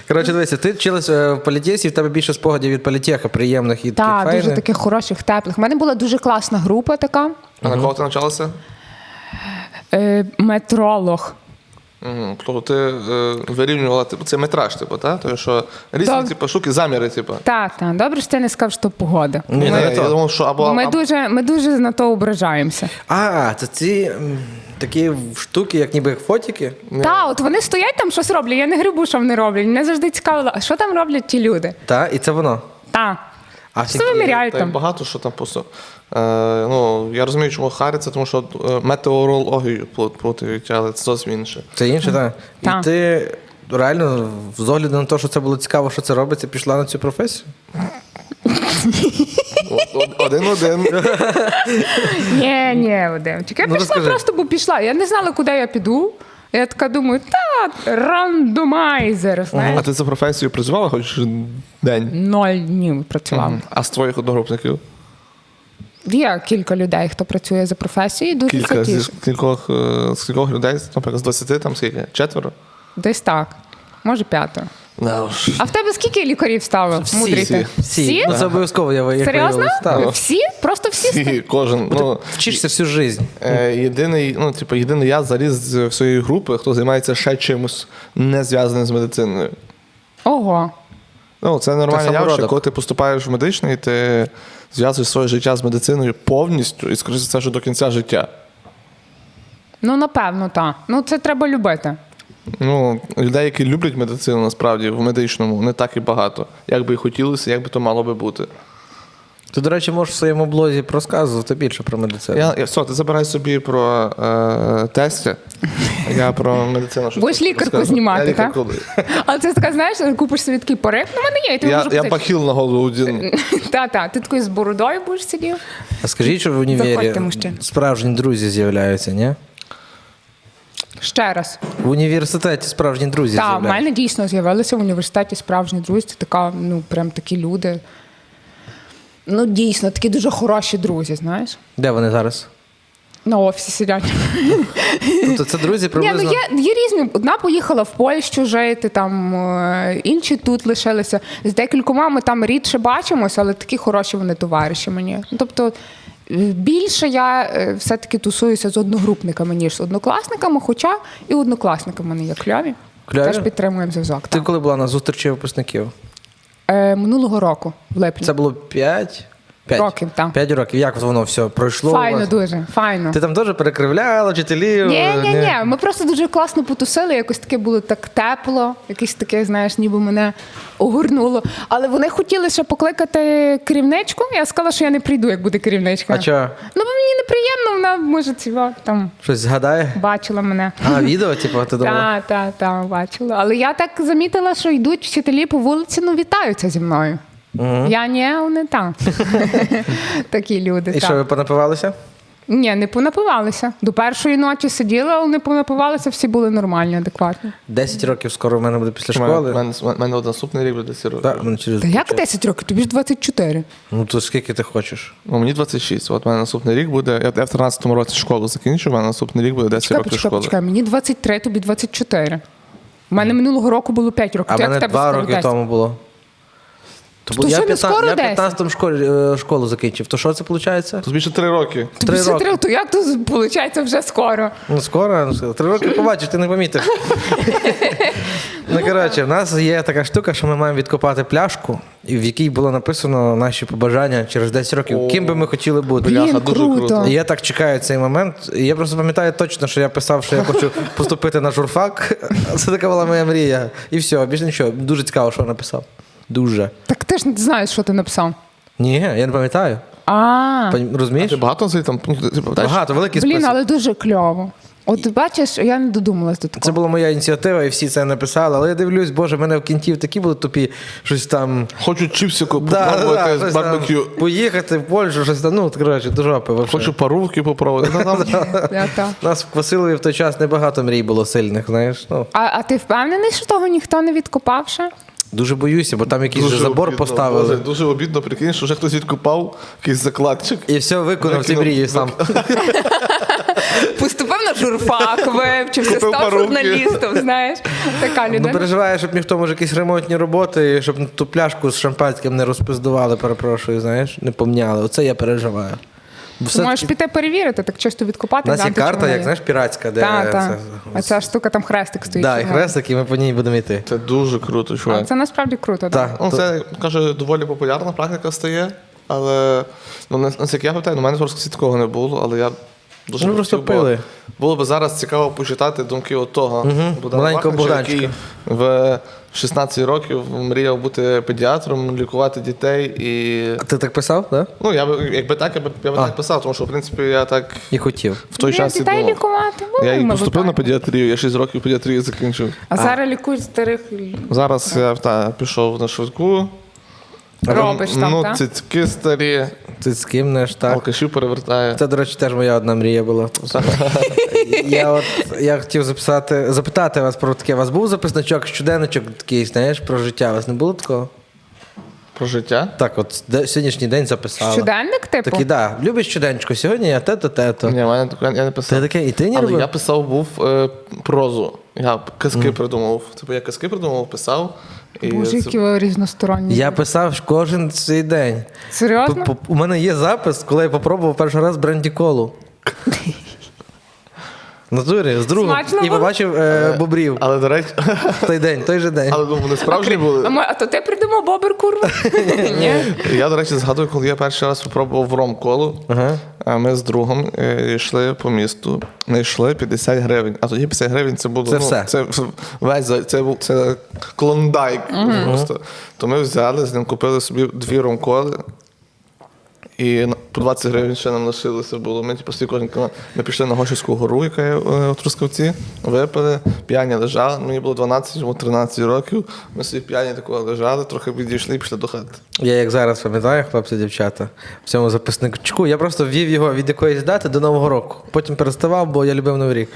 [SPEAKER 1] Коротше, дивися, ти вчилась е, в політесі, в тебе більше спогадів від політеха приємних і таких
[SPEAKER 2] Так, дуже
[SPEAKER 1] файних.
[SPEAKER 2] таких хороших, теплих. У мене була дуже класна група така.
[SPEAKER 3] А на кого ти навчалася?
[SPEAKER 2] Е, метролог.
[SPEAKER 3] Мгм. Тобто ти е, вирівнювала типу, це метраж, типу, та? Тобто, що різні
[SPEAKER 2] Так.
[SPEAKER 3] типу, штуки, заміри, типу.
[SPEAKER 2] Та, та, добре, що ти не сказав, що погода.
[SPEAKER 1] Ні,
[SPEAKER 3] Ні,
[SPEAKER 1] не
[SPEAKER 3] я
[SPEAKER 1] то.
[SPEAKER 3] думав, що або.
[SPEAKER 2] Ми
[SPEAKER 3] або-
[SPEAKER 2] дуже, ми дуже на то ображаємося.
[SPEAKER 1] А, це ці м, такі штуки, як ніби фотики.
[SPEAKER 3] Ну.
[SPEAKER 2] Та, от вони стоять там, щось роблять. Я не грибу, що вони роблять. Мене завжди цікавило, а що там роблять ті люди?
[SPEAKER 1] Та, і це воно.
[SPEAKER 2] Та.
[SPEAKER 1] А
[SPEAKER 2] Що
[SPEAKER 1] такі-
[SPEAKER 2] виміряють
[SPEAKER 3] Та й
[SPEAKER 2] там?
[SPEAKER 3] багато що там просто. Е, ну, я розумію, чому хариться, тому що е, метеорологію плу- плутають, але це зовсім інше.
[SPEAKER 1] Це інше, так.
[SPEAKER 2] Та.
[SPEAKER 1] І ти реально, з огляду на те, що це було цікаво, що це робиться, пішла на цю професію?
[SPEAKER 3] О- о- Один-один.
[SPEAKER 2] Ні, ні, Вадимчик. Я
[SPEAKER 1] Ну,
[SPEAKER 2] пішла
[SPEAKER 1] розкажи.
[SPEAKER 3] Ну,
[SPEAKER 2] просто, бо пішла. Я не знала, куди я піду. Я така думаю, та рандомайзер.
[SPEAKER 3] А
[SPEAKER 2] Знаєш,
[SPEAKER 3] ти за професію працювала хоч день?
[SPEAKER 2] ноль днів працював.
[SPEAKER 3] А з твоїх одногрупників?
[SPEAKER 2] Є кілька людей, хто працює за професією, дуже
[SPEAKER 3] Кілька
[SPEAKER 2] Кілька
[SPEAKER 3] зі з кількох е, з кількох людей, наприклад, з 20, там скільки? Четверо?
[SPEAKER 2] Десь так. Може, п'ятеро.
[SPEAKER 3] Ну,
[SPEAKER 2] А в тебе скільки лікарів стало?
[SPEAKER 1] Всі.
[SPEAKER 2] Мудрий ти?
[SPEAKER 3] Всі.
[SPEAKER 2] Всі?
[SPEAKER 1] Ну, це обов'язково я як
[SPEAKER 2] Серйозно?
[SPEAKER 1] виявилось. Так.
[SPEAKER 2] Всі? Просто всі?
[SPEAKER 3] і кожен. Ну,
[SPEAKER 1] Вчишся всю життя.
[SPEAKER 3] е, єдиний, ну, типу, єдиний я заліз з всієї групи, хто займається ще чимось не зв'язаним з медициною.
[SPEAKER 2] Ого.
[SPEAKER 3] Ну, це нормальне
[SPEAKER 1] Це
[SPEAKER 3] явище,
[SPEAKER 1] самородок.
[SPEAKER 3] коли ти поступаєш в медичний, ти зв'язуєш своє життя з медициною повністю і скоріше за все, що до кінця життя.
[SPEAKER 2] Ну, напевно, так. Ну, це треба любити.
[SPEAKER 3] Ну, людей, які люблять медицину насправді в медичному, не так і багато. Як би і хотілося, як би то мало би бути.
[SPEAKER 1] Ти, до речі, можеш в своєму блозі розказувати більше про медицину.
[SPEAKER 3] Я, я, все, ти забирай собі про е, тести, а я про медицину. щось
[SPEAKER 2] Будеш
[SPEAKER 3] хочу
[SPEAKER 2] лікарку
[SPEAKER 3] розказати.
[SPEAKER 2] знімати,
[SPEAKER 3] я лікарку,
[SPEAKER 2] Але це така, знаєш, купиш собі такий порив, ну, в мене є, і ти
[SPEAKER 3] Я,
[SPEAKER 2] можеш Е,
[SPEAKER 3] я
[SPEAKER 2] писати.
[SPEAKER 3] бахіл на голову діну.
[SPEAKER 2] Та, та, ти такий з бородою будеш сидів.
[SPEAKER 1] А скажіть, що в
[SPEAKER 2] Заходьте,
[SPEAKER 1] універі
[SPEAKER 2] мужчини.
[SPEAKER 1] справжні друзі з'являються, ні?
[SPEAKER 2] Ще раз.
[SPEAKER 1] В університеті справжні друзі
[SPEAKER 2] Та, в
[SPEAKER 1] з'являються.
[SPEAKER 2] мене дійсно з'явилися в університеті справжні друзі. Це така, ну, прям такі люди. Ну, дійсно, такі дуже хороші друзі, знаєш.
[SPEAKER 1] Де вони зараз?
[SPEAKER 2] На офісі сидять.
[SPEAKER 1] Тобто це друзі
[SPEAKER 2] Ні,
[SPEAKER 1] приблизно.
[SPEAKER 2] ну є, є різні. Одна поїхала в Польщу жити, там е, інші тут лишилися. З декількома ми там рідше бачимося, але такі хороші вони товариші мені. Ну, Тобто е, більше я е, все-таки тусуюся з одногрупниками, ніж з однокласниками, хоча і однокласники в мене є кльові.
[SPEAKER 1] Кльові?
[SPEAKER 2] Теж підтримуємо зв'язок.
[SPEAKER 1] Ти
[SPEAKER 2] так.
[SPEAKER 1] коли була на зустрічі випускників?
[SPEAKER 2] Е, минулого року, в липні.
[SPEAKER 1] Це було 5? 5
[SPEAKER 2] Років, так.
[SPEAKER 1] 5 років. Як воно все пройшло? у
[SPEAKER 2] файно
[SPEAKER 1] вас?
[SPEAKER 2] дуже, файно.
[SPEAKER 1] Ти там теж перекривляла вчителів?
[SPEAKER 2] Ні, ні, ні.
[SPEAKER 1] Е, Ні.
[SPEAKER 2] Ми просто дуже класно потусили. Якось таке було так тепло, якесь таке, знаєш, ніби мене огорнуло. Але вони хотіли ще покликати керівничку. Я сказала, що я не прийду, як буде керівничка.
[SPEAKER 1] А чого?
[SPEAKER 2] Ну, бо мені неприємно, вона може цього там
[SPEAKER 1] Щось згадає?
[SPEAKER 2] бачила мене.
[SPEAKER 1] А, відео, типу, ти думала?
[SPEAKER 2] Так, так, так, бачила. Але я так замітила, що йдуть вчителі по вулиці, ну вітаються зі мною. Я ні, вони там. Такі люди.
[SPEAKER 1] І
[SPEAKER 2] та.
[SPEAKER 1] що, ви понапивалися?
[SPEAKER 2] Ні, не понапивалися. До першої ночі сиділи, але не понапивалися, всі були нормальні, адекватні.
[SPEAKER 1] 10 років скоро в мене буде після
[SPEAKER 3] У мене,
[SPEAKER 1] школи.
[SPEAKER 3] у мене от наступний рік буде сіро.
[SPEAKER 1] Так, мене через...
[SPEAKER 2] Та як 10 років? Тобі ж 24.
[SPEAKER 1] Ну то скільки ти хочеш?
[SPEAKER 3] Ну, мені 26. От у мене наступний рік буде. Я, я в 13-му році школу закінчу, у мене наступний рік буде 10
[SPEAKER 2] Чекай,
[SPEAKER 3] років
[SPEAKER 2] почекай,
[SPEAKER 3] школи.
[SPEAKER 2] почекай. Мені 23, тобі 24. У мене минулого року було 5 років.
[SPEAKER 1] А
[SPEAKER 2] То як в
[SPEAKER 1] мене
[SPEAKER 2] тебе
[SPEAKER 1] 2
[SPEAKER 2] скоро
[SPEAKER 1] роки
[SPEAKER 2] 10?
[SPEAKER 1] тому було. То,
[SPEAKER 2] То
[SPEAKER 1] я
[SPEAKER 2] що не
[SPEAKER 1] 15
[SPEAKER 2] скоро
[SPEAKER 1] я
[SPEAKER 2] 10?
[SPEAKER 1] 15 школі, е, школу закінчив. То що це виходить?
[SPEAKER 3] Тут більше 3 роки.
[SPEAKER 2] Тобі
[SPEAKER 1] Три
[SPEAKER 2] 23,
[SPEAKER 1] роки.
[SPEAKER 2] то як то виходить вже скоро?
[SPEAKER 1] Ну, скоро, ну, скоро. три роки побачиш, ти не помітиш. ну, коротше, в нас є така штука, що ми маємо відкопати пляшку, і в якій було написано наші побажання через 10 років, ким би ми хотіли бути.
[SPEAKER 2] Блін,
[SPEAKER 3] Бляха, дуже
[SPEAKER 2] круто.
[SPEAKER 3] круто.
[SPEAKER 1] І я так чекаю цей момент. І я просто пам'ятаю точно, що я писав, що я хочу поступити на журфак. Це така була моя мрія. І все, більше нічого. Дуже цікаво, що я написав. Дуже.
[SPEAKER 2] Так ти ж не знаєш, що ти написав.
[SPEAKER 1] Ні, я не пам'ятаю.
[SPEAKER 2] А,
[SPEAKER 1] Пон- Розумієш?
[SPEAKER 3] Ти багато взагалі там. ну, ти пам'ятаєш?
[SPEAKER 1] Багато, великий
[SPEAKER 2] блін,
[SPEAKER 1] список.
[SPEAKER 2] але дуже кльово. От бачиш, я не додумалась до
[SPEAKER 1] Це
[SPEAKER 2] такого.
[SPEAKER 1] була моя ініціатива, і всі це написали. Але я дивлюсь, боже, в мене в кінці такі були тупі, щось там.
[SPEAKER 3] Хочу чіпсику
[SPEAKER 1] Да, да, да,
[SPEAKER 3] попробувати
[SPEAKER 1] щось
[SPEAKER 3] з
[SPEAKER 1] там
[SPEAKER 3] барбекю.
[SPEAKER 1] Поїхати в Польщу, щось там. Ну, коротше, до жопи. вообще.
[SPEAKER 3] Хочу парувки попробувати.
[SPEAKER 1] Ну,
[SPEAKER 3] Та там-
[SPEAKER 2] Та, та.
[SPEAKER 1] Нас в Василові в той час небагато мрій було сильних, знаєш. Ну,
[SPEAKER 2] А, а ти впевнений, що того ніхто не відкопав ще?
[SPEAKER 1] дуже боюся, бо там якийсь же забор
[SPEAKER 3] обідно,
[SPEAKER 1] поставили.
[SPEAKER 3] Боже, дуже обідно, прикинь, що вже хтось відкупав якийсь закладчик.
[SPEAKER 1] І все виконав ці
[SPEAKER 3] Викинув-
[SPEAKER 1] мрії сам.
[SPEAKER 2] Поступив на журфак, вивчився,
[SPEAKER 3] Купив
[SPEAKER 2] став
[SPEAKER 3] парубки.
[SPEAKER 2] журналістом, знаєш. Така
[SPEAKER 1] Ну,
[SPEAKER 2] людина.
[SPEAKER 1] переживаю, щоб ніхто може якісь ремонтні роботи, і щоб ту пляшку з шампанським не розпиздували, перепрошую, знаєш, не помняли. Оце я переживаю. Бо
[SPEAKER 2] Ти можеш
[SPEAKER 1] все-таки
[SPEAKER 2] піти перевірити, так чисто
[SPEAKER 1] в
[SPEAKER 2] відкопати.
[SPEAKER 1] нас є
[SPEAKER 2] глянути, чи
[SPEAKER 1] карта,
[SPEAKER 2] вона
[SPEAKER 1] як
[SPEAKER 2] є.
[SPEAKER 1] знаєш, піратська, де
[SPEAKER 2] Та, та.
[SPEAKER 1] це-
[SPEAKER 2] А ця штука там хрестик стоїть.
[SPEAKER 1] Да, і
[SPEAKER 2] червоний.
[SPEAKER 1] хрестик, і ми по ній будемо йти.
[SPEAKER 3] Це дуже круто,
[SPEAKER 2] А
[SPEAKER 3] чувак.
[SPEAKER 2] це насправді круто, так.
[SPEAKER 1] Так.
[SPEAKER 3] Ну, це каже, доволі популярна практика стає, але ну не- наскільки я питаю, у мене просто всі такого не було, але я дуже
[SPEAKER 1] Ну,
[SPEAKER 3] б
[SPEAKER 1] просто
[SPEAKER 3] хотів, бо
[SPEAKER 1] пили.
[SPEAKER 3] Було б зараз цікаво почитати думки от того Богдана
[SPEAKER 1] маленького
[SPEAKER 3] Бахнича,
[SPEAKER 1] Богданчика.
[SPEAKER 3] який в 16 років мріяв бути педіатром, лікувати дітей і.
[SPEAKER 1] А Ти так писав, да?
[SPEAKER 3] Ну, я би якби так, я би, я би
[SPEAKER 1] А.
[SPEAKER 3] так писав, тому що в принципі я так
[SPEAKER 1] І хотів.
[SPEAKER 3] в той
[SPEAKER 2] Блін,
[SPEAKER 3] час і
[SPEAKER 2] дітей
[SPEAKER 3] думав.
[SPEAKER 2] лікувати. Бу,
[SPEAKER 3] Я і
[SPEAKER 2] ми
[SPEAKER 3] поступив на
[SPEAKER 2] випадки.
[SPEAKER 3] педіатрію, я 6 років педіатрії закінчив.
[SPEAKER 2] А зараз лікують старих.
[SPEAKER 3] Зараз я та, пішов на швидку.
[SPEAKER 2] Робиш там,
[SPEAKER 3] ну,
[SPEAKER 2] та?
[SPEAKER 3] цицьки старі,
[SPEAKER 1] Ти з ким не ж так?
[SPEAKER 3] Алкашів перевертає.
[SPEAKER 1] Це, до речі, теж моя одна мрія була. Я от я хотів записати, запитати вас про таке. У вас був записничок, щоденничок такий, знаєш, про життя? У вас не було такого?
[SPEAKER 3] Про життя?
[SPEAKER 1] Так, от де- сьогоднішній день записала.
[SPEAKER 2] Щоденник, типу?
[SPEAKER 1] Такий, да. Любиш щоденечко, сьогодні я те-то, те-то.
[SPEAKER 3] Ні, в мене такого- я не писав.
[SPEAKER 1] Ти таке і ти не
[SPEAKER 3] Але
[SPEAKER 1] робив?
[SPEAKER 3] я писав був е, прозу. Я б казки придумав. Типу я казки придумав, писав. І
[SPEAKER 2] Боже,
[SPEAKER 3] це-
[SPEAKER 2] які ви різносторонні.
[SPEAKER 1] Я писав кожен свій день.
[SPEAKER 2] Серйозно?
[SPEAKER 1] П- п- У мене є запис, коли я попробував перший раз брендіколу. В Натурі, з другом.
[SPEAKER 2] Смачно
[SPEAKER 1] І
[SPEAKER 2] було?
[SPEAKER 1] побачив е, бобрів
[SPEAKER 3] Але до речі,
[SPEAKER 1] в той день, той же день.
[SPEAKER 3] але думаю, вони справжні
[SPEAKER 2] А,
[SPEAKER 3] були.
[SPEAKER 2] мо- а то ти придумав бобер курва? Ні.
[SPEAKER 3] Я, до речі, згадую, коли я перший раз спробував ром-колу,
[SPEAKER 1] Ага.
[SPEAKER 3] а ми з другом е, йшли по місту, знайшли 50 гривень. А тоді 50 гривень це було
[SPEAKER 1] Це
[SPEAKER 3] ну,
[SPEAKER 1] все.
[SPEAKER 3] Це в- весь за- це був це клондайк просто. То ми взяли з ним, купили собі дві ромколи. І на- по 20 гривень ще нам лишилося було. Ми типу, стільки, ми пішли на Гошівську гору, яка є е, у Трускавці, випили, п'яні лежали. Мені було 12, йому 13 років. Ми собі п'яні такого лежали, трохи відійшли і пішли до хати.
[SPEAKER 1] Я як зараз пам'ятаю, хлопці, дівчата, в цьому записничку. Я просто ввів його від якоїсь дати до Нового року. Потім переставав, бо я любив Новий рік.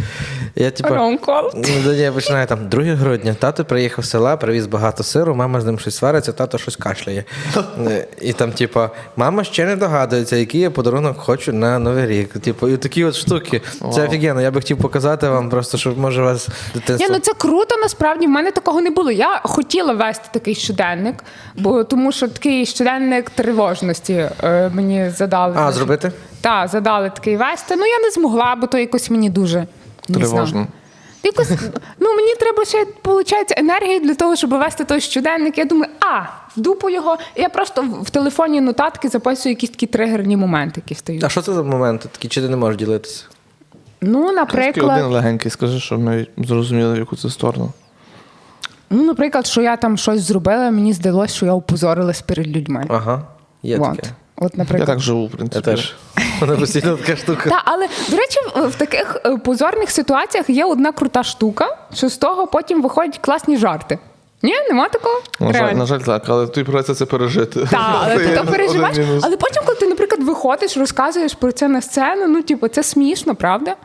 [SPEAKER 1] Я типу.
[SPEAKER 2] Ронкол.
[SPEAKER 1] Ну, до нього починає там 2 грудня. Тато приїхав з села, привіз багато сиру, мама з ним щось свариться, тато щось кашляє. Е, І там, типа, мама ще не догадується, який я подарунок хочу на Новий рік. Типу, і такі от штуки. Це офігенно. Я би хотів показати вам просто, щоб може вас
[SPEAKER 2] Ні,
[SPEAKER 1] дитинство.
[SPEAKER 2] ну це круто, насправді. В мене такого не було. Я хотіла вести такий щоденник, бо тому що такий щоденник тривожності е, мені задали.
[SPEAKER 1] А, зробити?
[SPEAKER 2] Так, задали такий вести. Ну я не змогла, бо то якось мені дуже не
[SPEAKER 3] Тривожно.
[SPEAKER 2] знаю. Якось, ну мені треба ще виходить, енергії для того, щоб вести той щоденник. Я думаю, а в дупу його. Я просто в в телефоні нотатки записую якісь такі тригерні моменти, які стають.
[SPEAKER 1] А що це за моменти? Такі чи ти не можеш ділитися?
[SPEAKER 2] Ну,
[SPEAKER 3] Тільки один
[SPEAKER 2] наприклад,
[SPEAKER 3] легенький, скажи, щоб ми зрозуміли, в яку це сторону.
[SPEAKER 2] ну, наприклад, що я там щось зробила, мені здалося, що я опозорилась перед людьми.
[SPEAKER 1] Ага, є
[SPEAKER 2] От.
[SPEAKER 1] таке.
[SPEAKER 2] От,
[SPEAKER 3] Я
[SPEAKER 2] наприклад.
[SPEAKER 3] так живу, в принципі.
[SPEAKER 1] Я теж. Вона постійно така штука.
[SPEAKER 2] Та, але до речі, в- в таких е, позорних ситуаціях є одна крута штука, що з того потім виходять класні жарти. Ні, нема такого?
[SPEAKER 3] На жаль,
[SPEAKER 2] Реально.
[SPEAKER 3] на жаль, так, але тобі придеться це пережити.
[SPEAKER 2] Та, але
[SPEAKER 3] Це
[SPEAKER 2] ти
[SPEAKER 3] є
[SPEAKER 2] то
[SPEAKER 3] один
[SPEAKER 2] переживаєш.
[SPEAKER 3] мінус.
[SPEAKER 2] Але потім, коли ти, наприклад, виходиш, розказуєш про це на сцену, ну, типу, це смішно, правда?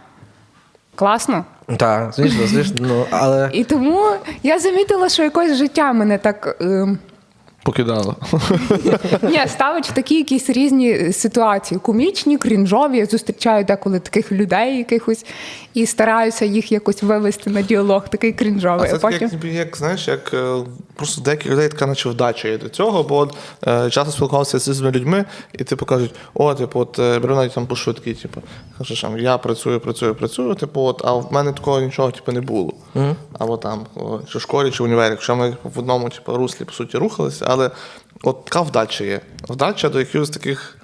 [SPEAKER 2] Класно.
[SPEAKER 1] Так, звісно, звісно. Ну, але
[SPEAKER 2] І тому я замітила, що якось життя мене так ем,
[SPEAKER 3] Покидала.
[SPEAKER 2] ні, ставить в такі якісь різні е, ситуації. Комічні, крінжові. Я зустрічаю деколи таких людей якихось і стараюся їх якось вивести на діалог, такий крінжовий.
[SPEAKER 3] А це
[SPEAKER 2] А потім...
[SPEAKER 3] таке, як, як знаєш, як е, просто деяких людей така наче вдача є до цього, бо от, е, часто спілкувався з цими людьми, і типу кажуть, о, типу, от е, беру навіть там по швидкі, типу, кажеш, там, я працюю, працюю, працюю, типу, от, а в мене такого нічого типу, не було. Або там, о, чи в школі, чи в універі, якщо ми типу, в одному типу, руслі, по суті, рухалися, але от така вдача є. Вдача до якихось таких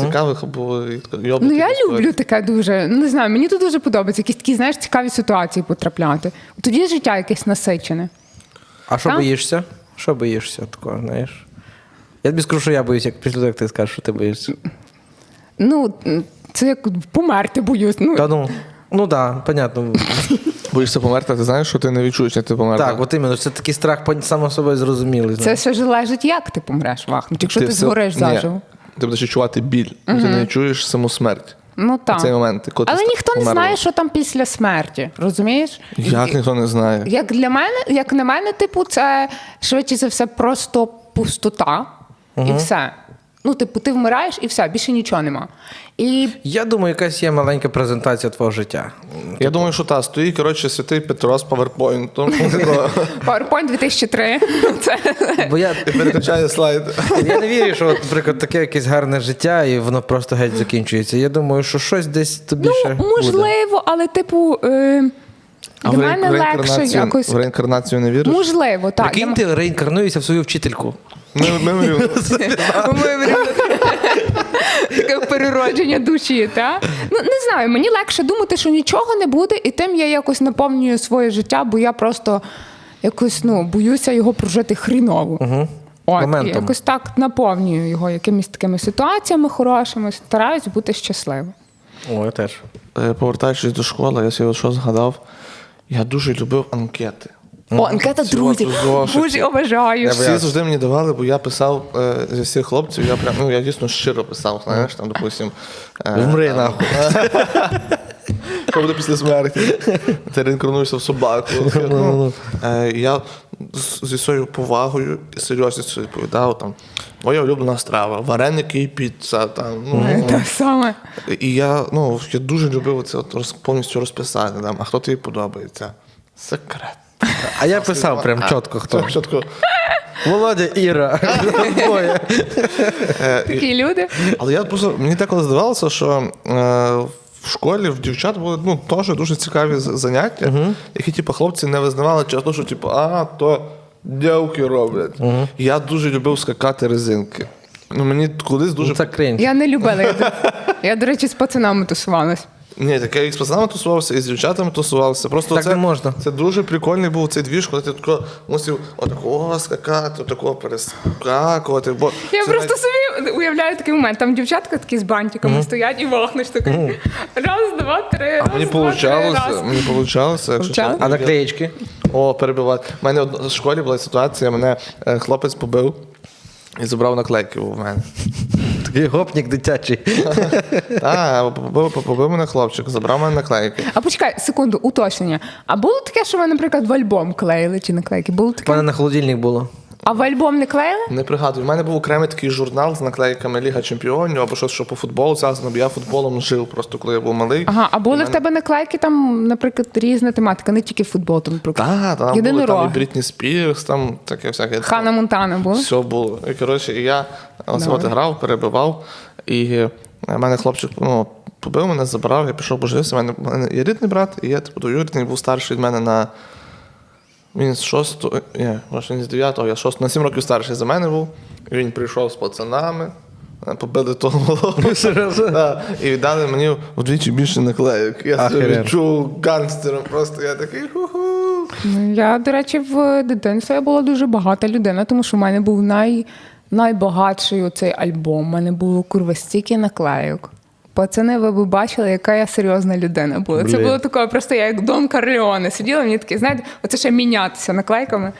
[SPEAKER 3] цікавих або йобних.
[SPEAKER 2] Ну я
[SPEAKER 3] якихось
[SPEAKER 2] люблю таке дуже. Ну, не знаю, мені тут дуже подобається. Якісь такі, знаєш, цікаві ситуації потрапляти. Тоді життя якесь насичене.
[SPEAKER 1] А що
[SPEAKER 2] Та?
[SPEAKER 1] боїшся? Що боїшся такого, знаєш? Я тобі скажу, що я боюсь, як після того, як ти скажеш, що ти боїшся.
[SPEAKER 2] Ну, це як померти боюсь. Ну,
[SPEAKER 1] Та ну. Ну так, да, понятно.
[SPEAKER 3] Боїшся померти, ти знаєш, що ти не відчуєш, як ти померти.
[SPEAKER 1] Так, от іменно, це такий страх пон- само собою зрозумілий.
[SPEAKER 2] це
[SPEAKER 1] знаєш.
[SPEAKER 2] ще залежить, як ти помреш, вахнуть. Якщо ти,
[SPEAKER 3] все-
[SPEAKER 2] згориш
[SPEAKER 3] Ні.
[SPEAKER 2] заживо.
[SPEAKER 3] Ти будеш відчувати біль, бо ти не чуєш саму смерть.
[SPEAKER 2] Ну так.
[SPEAKER 3] Цей момент, коли ти
[SPEAKER 2] Але
[SPEAKER 3] ста-
[SPEAKER 2] ніхто не
[SPEAKER 3] померла.
[SPEAKER 2] знає, що там після смерті. Розумієш?
[SPEAKER 3] Як ніхто не знає.
[SPEAKER 2] Як для мене, як на мене, типу, це швидше за все просто пустота і все. Ну, типу, ти вмираєш і все, більше нічого нема. І
[SPEAKER 1] Я думаю, якась є маленька презентація твого життя.
[SPEAKER 3] Я думаю, що та стоїть, коротше, святий Петро з типу, паверпойнтом
[SPEAKER 2] PowerPoint 2003. Це
[SPEAKER 1] Бо я,
[SPEAKER 3] і переключає слайд.
[SPEAKER 1] я не вірю, що, от, наприклад, таке якесь гарне життя, і воно просто геть закінчується. Я думаю, що щось десь тобі ще.
[SPEAKER 2] ну, можливо, але типу. Е...
[SPEAKER 3] А
[SPEAKER 2] для
[SPEAKER 3] в
[SPEAKER 2] мене
[SPEAKER 3] реін-
[SPEAKER 2] легше
[SPEAKER 3] реінкарнацію-
[SPEAKER 2] якось.
[SPEAKER 3] в реінкарнацію не віриш?
[SPEAKER 2] Можливо, так.
[SPEAKER 1] Прикинь, ти реінкарнуєшся в свою вчительку.
[SPEAKER 3] Ми- ми- ми-
[SPEAKER 2] Таке переродження душі, та? Ну, не знаю, мені легше думати, що нічого не буде, і тим я якось наповнюю своє життя, бо я просто якось ну, боюся його прожити хріново. Угу. От, і
[SPEAKER 1] Моментом.
[SPEAKER 2] якось так наповнюю його якимись такими ситуаціями хорошими, стараюсь бути щасливою.
[SPEAKER 1] О, я теж.
[SPEAKER 3] Е, Повертаючись до школи, я собі от що згадав. Я дуже любив анкети.
[SPEAKER 2] О, анкета
[SPEAKER 3] Всього
[SPEAKER 2] друзів.
[SPEAKER 3] тут зошит.
[SPEAKER 2] Боже, обожаю.
[SPEAKER 1] Я б-
[SPEAKER 3] Всі завжди мені давали, бо я писав е, зі всіх хлопців, я прям, ну я дійсно щиро писав, знаєш, там, допустим. е,
[SPEAKER 1] Вмри нахуй.
[SPEAKER 3] Що буде після смерті? Ти реінкарнуєшся в собаку. Ну, е, Я з- зі своєю повагою і серйозністю відповідав там. Моя улюблена страва, вареники і піца. Там, ну,
[SPEAKER 2] Те Е, саме.
[SPEAKER 3] і я, ну, я дуже любив це от роз- повністю розписати. Там, а хто тобі подобається? Секрет.
[SPEAKER 1] А я писав прям чітко хто.
[SPEAKER 3] Там чітко.
[SPEAKER 1] Володя Іра. Двоє.
[SPEAKER 3] Е, і-
[SPEAKER 2] Такі люди.
[SPEAKER 3] Але я просто мені деколи здавалося, що е, в школі в дівчат були ну, теж дуже цікаві з- заняття, які типу, хлопці не визнавали через те, що типу, а, то дівки роблять. Я дуже любив скакати резинки. Ну, мені колись дуже.
[SPEAKER 1] Це крінж.
[SPEAKER 2] Я не любила. Я, до- Я, до речі, з пацанами тусувалась.
[SPEAKER 3] Ні, так я і з пацанами тусувався, і з дівчатами тусувався. Просто
[SPEAKER 1] Так
[SPEAKER 3] це,
[SPEAKER 1] не можна.
[SPEAKER 3] це дуже прикольний був цей двіж, коли ти тако мусив отакого скакати, отакого перескакувати. Бо
[SPEAKER 2] Я
[SPEAKER 3] це
[SPEAKER 2] просто
[SPEAKER 3] навіть-
[SPEAKER 2] собі уявляю такий момент. Там дівчатка такі з бантиками стоять і вахнеш такий. Раз, два, три.
[SPEAKER 3] А мені
[SPEAKER 2] раз, два, три, раз.
[SPEAKER 3] получалося, мені получалося, якщо
[SPEAKER 2] Получалося?
[SPEAKER 1] А наклеєчки?
[SPEAKER 3] О, перебивати. У мене в школі була ситуація, мене е, хлопець побив і забрав наклейки у мене.
[SPEAKER 1] Такий гопнік дитячий.
[SPEAKER 3] Та, побив, побив мене хлопчик, забрав мене наклейки.
[SPEAKER 2] А почекай, секунду, уточнення. А було таке, що ви, наприклад, в альбом клеїли чи наклейки? Було
[SPEAKER 1] У
[SPEAKER 2] таке?
[SPEAKER 1] мене на холодильник було.
[SPEAKER 2] А в альбом не клеїли?
[SPEAKER 3] Не пригадую. У мене був окремий такий журнал з наклейками Ліга Чемпіонів або щось, що по футболу зв'язано, бо я футболом жив просто коли я був малий.
[SPEAKER 2] Ага, а були в тебе наклейки там, наприклад, різна тематика, не тільки футбол, там, наприклад.
[SPEAKER 3] Та, там були
[SPEAKER 2] Єдинорог.
[SPEAKER 3] там і Брітні Спірс, там таке всяке.
[SPEAKER 2] Хана Монтана була.
[SPEAKER 3] Все було. І коротше, і я ось от грав, перебивав, і е, мене хлопчик ну, побив мене, забрав, я пішов пожився. У мене, у мене є рідний брат, і я типу двоюрідний, був старший від мене на. Він з шостого, ні, може він з дев'ятого, я шостого, на сім років старший за мене був. І він прийшов з пацанами, е, побили того малого. Да, І віддали мені вдвічі більше наклейок. Я себе
[SPEAKER 1] Ахеренно.
[SPEAKER 3] відчув гангстером, просто я такий ху-ху.
[SPEAKER 2] Ну, Я, до речі, в дитинстві я була дуже багата людина, тому що в мене був най, найбагатший оцей альбом. У мене було курва стільки наклейок. Пацани, ви б бачили, яка я серйозна людина була. Це
[SPEAKER 1] Блін.
[SPEAKER 2] було таке, просто я як Дон Карлеоне сиділа, мені таке, знаєте, оце ще мінятися наклейками.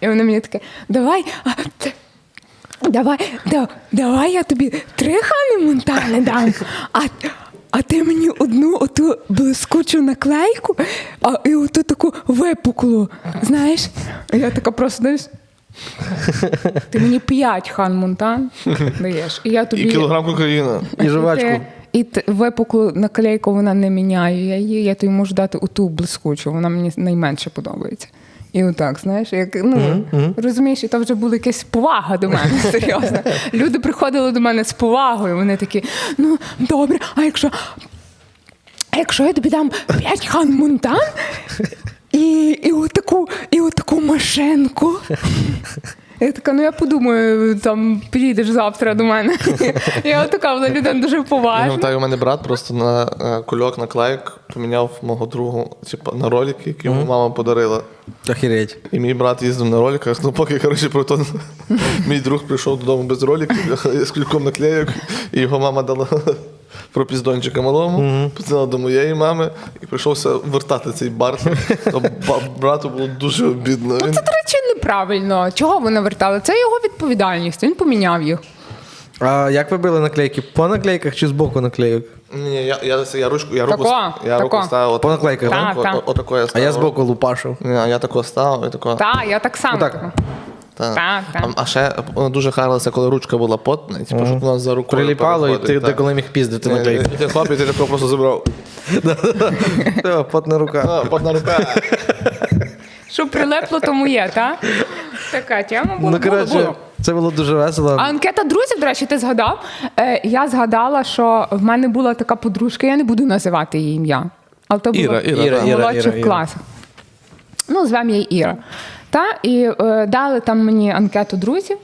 [SPEAKER 2] І вони мені таке, давай. а, т- Давай, да, давай я тобі три хани Монтани дам, а, а ти мені одну оту блискучу наклейку, а і оту таку випуклу. Знаєш? А Я така просто дивлюсь. Ти мені п'ять хан Монтан даєш. І я тобі
[SPEAKER 3] І кілограм кокаїна.
[SPEAKER 1] І жувачку.
[SPEAKER 2] і т- випуклу наклейку вона не міняє. Я її, я тобі можу дати оту блискучу, вона мені найменше подобається. І отак, знаєш, як ну розумієш, і там вже була якась повага до мене, серйозно. Люди приходили до мене з повагою. Вони такі, ну добре, а якщо, а якщо я тобі дам п'ять хан Мунтан і, і отаку, і отаку машинку. Я така, ну я подумаю, там приїдеш завтра до мене. Я така, вона людина дуже
[SPEAKER 3] Я
[SPEAKER 1] Ну,
[SPEAKER 2] поважна.
[SPEAKER 3] пам'ятаю, у мене брат просто на е, кульок наклейк поміняв мого другу, типу, на ролики, які йому мама подарила.
[SPEAKER 1] Охереть.
[SPEAKER 3] І мій брат їздив на роликах. Ну, поки коротше, про то мій друг прийшов додому без роликів, я з кульком наклейок, і його мама дала про піздончика малому, поцінила до моєї мами, і прийшовся вертати цей бар. То ба- брату було дуже обідно.
[SPEAKER 1] Ну,
[SPEAKER 3] Він-
[SPEAKER 2] Ну, Це, до речі, неправильно. Чого ви навертали? Це його відповідальність. Він поміняв їх.
[SPEAKER 1] А як ви били наклейки? По наклейках чи з боку наклейок?
[SPEAKER 3] Ні, я, я, я ручку, я руку,
[SPEAKER 2] Тако,
[SPEAKER 3] я руку
[SPEAKER 2] тако.
[SPEAKER 3] ставив. от-
[SPEAKER 1] По наклейках,
[SPEAKER 2] Та,
[SPEAKER 3] отако-
[SPEAKER 2] та.
[SPEAKER 3] от- отако я
[SPEAKER 1] А
[SPEAKER 3] ставив.
[SPEAKER 1] я з боку лупашив.
[SPEAKER 3] Ні, а я тако став, і тако.
[SPEAKER 2] Та, я так само.
[SPEAKER 1] Отак.
[SPEAKER 2] така.
[SPEAKER 3] Та.
[SPEAKER 2] Та, та.
[SPEAKER 3] А, а ще е, дуже харилося, коли ручка була потна, і, типу, щоб вона за рукою
[SPEAKER 1] Приліпало, і ти
[SPEAKER 3] переходить, та.
[SPEAKER 1] деколи міг піздити
[SPEAKER 3] Ні,
[SPEAKER 1] наклейки.
[SPEAKER 3] ні, Ти хлоп, і ти такого просто забрав.
[SPEAKER 1] Та, Потна рука.
[SPEAKER 3] А, Потна рука.
[SPEAKER 2] Що прилепло, тому є, та? Така тема була.
[SPEAKER 1] Ну,
[SPEAKER 2] була,
[SPEAKER 1] коротше,
[SPEAKER 2] була.
[SPEAKER 1] це було дуже
[SPEAKER 2] А
[SPEAKER 1] весело.
[SPEAKER 2] анкета друзів, до речі, ти згадав. Е, я згадала, що в мене була така подружка, я не буду називати її ім'я. Але то
[SPEAKER 3] Іра,
[SPEAKER 2] було
[SPEAKER 3] Іра,
[SPEAKER 1] Іра,
[SPEAKER 2] в
[SPEAKER 1] Іра,
[SPEAKER 2] молодших
[SPEAKER 1] Іра, Іра.
[SPEAKER 2] класах. Ну, звемо її Іра. Та, і е, дали там мені анкету друзів,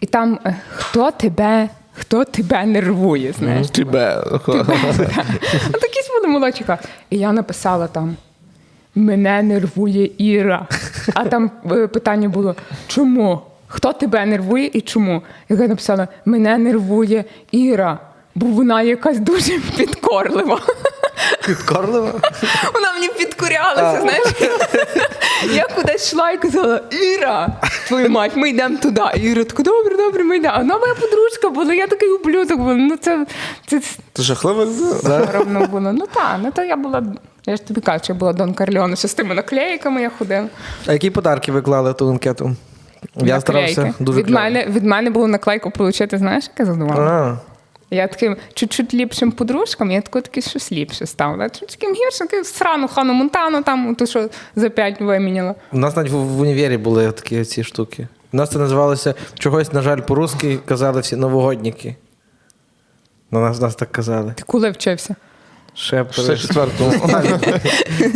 [SPEAKER 2] і там е, хто тебе, хто тебе нервує, знаєш.
[SPEAKER 3] Тебе.
[SPEAKER 2] От Ну, якісь були молодчика. І я написала там: мене нервує Іра. А там е, питання було: чому? Хто тебе нервує і чому? І Я написала: мене нервує Іра, бо вона якась дуже підкорлива.
[SPEAKER 1] Підкорливо?
[SPEAKER 2] Вона мені підкорялася, знаєш. Я кудись йшла і казала: Іра, твою мать, ми йдемо туди. І Іра така, добре, добре, ми йдемо. А Вона моя подружка була, я такий ублюдок був. Ну це, це
[SPEAKER 3] Ти жахлива людина.
[SPEAKER 2] соромно було. Ну так, ну то я була. Я ж тобі кажу, я була Дон Карліона, що з тими наклейками я ходила.
[SPEAKER 1] А які подарки ви клали в ту анкету? Я старався
[SPEAKER 2] Наклейки.
[SPEAKER 1] дуже
[SPEAKER 2] від, мене, від мене було наклейку отримати, знаєш, яка
[SPEAKER 1] кльово.
[SPEAKER 2] задумала?
[SPEAKER 1] А,
[SPEAKER 2] Я таким чуть-чуть ліпшим подружкам, я тако таке щось ліпше ставила. Чуть таким гіршим, таким срану хану Монтану, там ту, що за п'ять виміняла.
[SPEAKER 1] У нас навіть в, в універі були такі ці штуки. У нас це називалося чогось, на жаль, по-русски казали всі новогодники. На нас, нас так казали.
[SPEAKER 2] Ти коли вчився?
[SPEAKER 1] Шепери.
[SPEAKER 3] Ще четвертому.
[SPEAKER 1] Ні,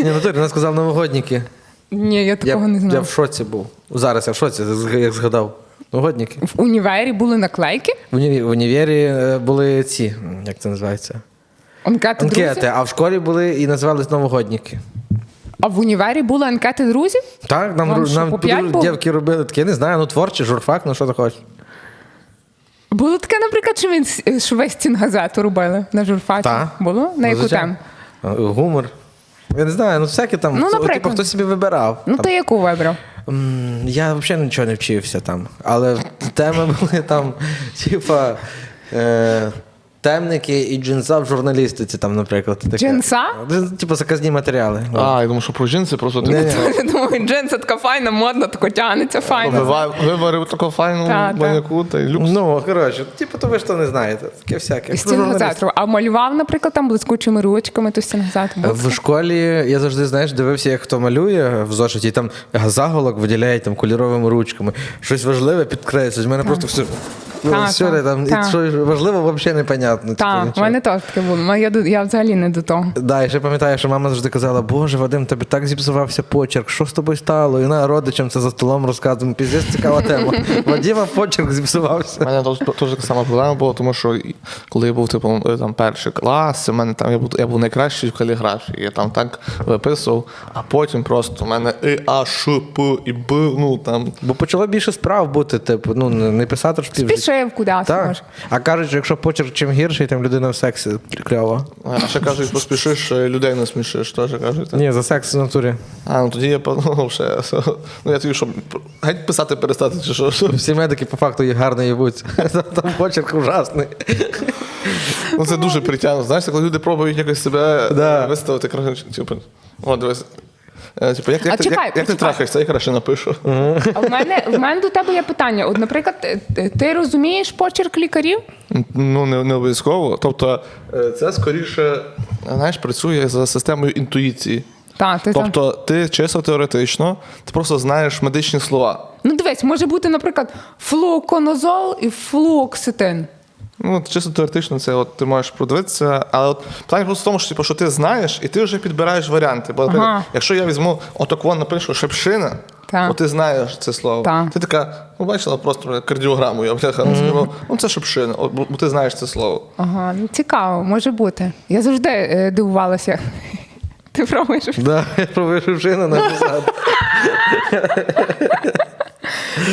[SPEAKER 1] ну, натурі, нас казали новогодники.
[SPEAKER 2] Ні, я такого
[SPEAKER 1] Я,
[SPEAKER 2] не
[SPEAKER 1] я
[SPEAKER 2] знала.
[SPEAKER 1] в шоці був. Ну, Зараз я в шоці, зг- як згадав. Новогодники.
[SPEAKER 2] В універі були наклейки,
[SPEAKER 1] В, уніві, в універі е, були ці, м, як це називається?
[SPEAKER 2] анкети,
[SPEAKER 1] Анкети,
[SPEAKER 2] друзів.
[SPEAKER 1] а в школі були і називались новогодники.
[SPEAKER 2] А в універі були анкети друзів?
[SPEAKER 1] Так, нам,
[SPEAKER 2] Вам
[SPEAKER 1] ру-
[SPEAKER 2] що,
[SPEAKER 1] нам
[SPEAKER 2] по п'ять
[SPEAKER 1] подру-
[SPEAKER 2] було?
[SPEAKER 1] дівки робили таке, я не знаю, ну творче, журфак, ну що ти хочеш.
[SPEAKER 2] Було таке, наприклад, що, він, с- е, що ви стінгазету робили на журфаті?
[SPEAKER 1] Та.
[SPEAKER 2] Було? На
[SPEAKER 1] Ну,
[SPEAKER 2] яку
[SPEAKER 1] звичайно.
[SPEAKER 2] тему?
[SPEAKER 1] Е, Гумор. Я не знаю, ну всяке там.
[SPEAKER 2] Ну,
[SPEAKER 1] Ну, типу,
[SPEAKER 2] наприклад.
[SPEAKER 1] хто собі вибирав.
[SPEAKER 2] Ну,
[SPEAKER 1] Там,
[SPEAKER 2] ти яку вибрав?
[SPEAKER 1] м, Я взагалі нічого не вчився там. Але теми були там, типа. Е, Темники і джинса в журналістиці, там, наприклад. Таке.
[SPEAKER 2] Джинса?
[SPEAKER 1] Джин- Типу заказні матеріали.
[SPEAKER 3] А, я думаю, що про джинси просто типу, ти
[SPEAKER 1] Е.
[SPEAKER 2] Я думаю, джинси така файна, модна, тако тягнеться, файно.
[SPEAKER 3] виварив виварив таку
[SPEAKER 2] Та,
[SPEAKER 3] файну
[SPEAKER 2] та.
[SPEAKER 3] баняку та й люкс.
[SPEAKER 1] Ну, коротше, типу, то ви ж то не знаєте. Таке всяке.
[SPEAKER 2] І
[SPEAKER 1] Журналіст.
[SPEAKER 2] стінгазету. А малював, наприклад, там блискучими ручками ту стінгазету. Було
[SPEAKER 1] Е, В школі я завжди знаєш, дивився, як хто малює в зошиті, і там заголок виділяє там кольоровими ручками. Щось важливе підкреслюють. У мене просто все. Ну,
[SPEAKER 2] Та,
[SPEAKER 1] все
[SPEAKER 2] та,
[SPEAKER 1] там,
[SPEAKER 2] та.
[SPEAKER 1] і що важливо, взагалі непонятно.
[SPEAKER 2] Так, в
[SPEAKER 1] типу,
[SPEAKER 2] мене
[SPEAKER 1] нічого.
[SPEAKER 2] теж таке було. Я, до- я взагалі не до того.
[SPEAKER 1] Да, і ще пам'ятаю, що мама завжди казала: Боже, Вадим, тебе так зіпсувався почерк, що з тобою стало? І на родичам це за столом розказуємо. Піздець цікава тема. Вадима почерк
[SPEAKER 3] У
[SPEAKER 1] зіпсувався.
[SPEAKER 3] мене теж- теж така сама проблема була, тому що і- коли я був типу, е, там, перший клас, у мене там я був, я був найкращий в каліграфії. Я там так виписував, а потім просто у мене і А, Ш, П і Б, ну там.
[SPEAKER 1] Бо почало більше справ бути, типу, ну не не писати ж пів.
[SPEAKER 2] Пішив кудись,
[SPEAKER 1] Так.
[SPEAKER 2] може.
[SPEAKER 1] А кажуть, що якщо почерк чим гірший, тим людина в сексі кльова.
[SPEAKER 3] А ще кажуть, поспішиш, е, людей не смішиш, теж кажуть.
[SPEAKER 1] Ні, за секс в натурі.
[SPEAKER 3] А, ну тоді я подумав, що ну, я тоді, щоб геть писати перестати, чи що. що.
[SPEAKER 1] Всі медики по факту їх гарно їбуть. Там почерк ужасний.
[SPEAKER 3] Ну це дуже притягнуто. Знаєш, коли люди пробують якось себе
[SPEAKER 1] Да.
[SPEAKER 3] е, виставити, коротше, типу, о, дивись. Е, Типу, як,
[SPEAKER 2] А
[SPEAKER 3] як, ти-
[SPEAKER 2] чекай,
[SPEAKER 3] як, як ти
[SPEAKER 2] почекай.
[SPEAKER 3] трахаєшся, я краще напишу.
[SPEAKER 2] А в мене, в мене до тебе є питання. От, наприклад, е, е, ти розумієш почерк лікарів?
[SPEAKER 3] Ну, не, не обов'язково. Тобто, е, це скоріше, знаєш, працює за системою інтуїції.
[SPEAKER 2] Так, ти там.
[SPEAKER 3] Тобто, ти чисто теоретично, ти просто знаєш медичні слова.
[SPEAKER 2] Ну дивись, може бути, наприклад, флуконозол і флуоксетин.
[SPEAKER 3] Ну, от чисто теоретично, це от ти можеш продивитися, але от питання просто в тому, що, типу, що ти знаєш, і ти вже підбираєш варіанти. Бо, наприклад,
[SPEAKER 2] Ага.
[SPEAKER 3] якщо я візьму отак вон напишу шепшина,
[SPEAKER 2] Та.
[SPEAKER 3] бо ти знаєш це слово.
[SPEAKER 2] Та.
[SPEAKER 3] Ти така, ну бачила просто бля, кардіограму, я бляха, mm ну це шепшина, от, бо, бо ти знаєш це слово.
[SPEAKER 2] Ага, ну цікаво, може бути. Я завжди е, дивувалася. Ти пробуєш?
[SPEAKER 1] Да, я пробую шевшину написати.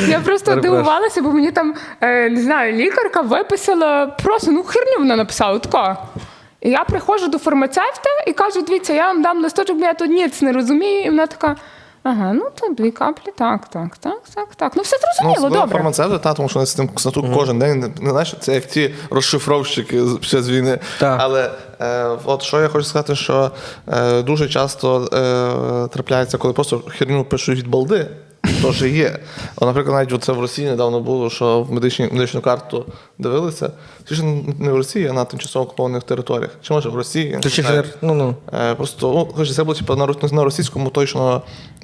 [SPEAKER 2] Я просто
[SPEAKER 1] Перепрошую.
[SPEAKER 2] дивувалася, бо мені там е, не знаю, лікарка виписала просто ну херню вона написала така. І я приходжу до фармацевта і кажу: дивіться, я вам дам листочок, бо я тут ніц не розумію. І вона така: ага, ну то дві каплі, так, так, так, так, так. Ну все зрозуміло,
[SPEAKER 3] особливо
[SPEAKER 2] добре.
[SPEAKER 3] фармацевти, та, тому що вони з цим косату кожен день, не, не знаєш, це як ті розшифровщики з- ще з війни.
[SPEAKER 1] Так.
[SPEAKER 3] Але е, от що я хочу сказати, що е, дуже часто е, трапляється, коли просто херню пишуть від балди, то ж є. От, наприклад, навіть це в Росії недавно було, що в медичні, медичну карту дивилися. Чи ж не в Росії, а на тимчасово окупованих територіях. Чи може в Росії? я не
[SPEAKER 1] Ти чи
[SPEAKER 3] знаю.
[SPEAKER 1] ж- ну, ну.
[SPEAKER 3] Е, Просто ну, коротше, це було типу, на, рос- на російському точно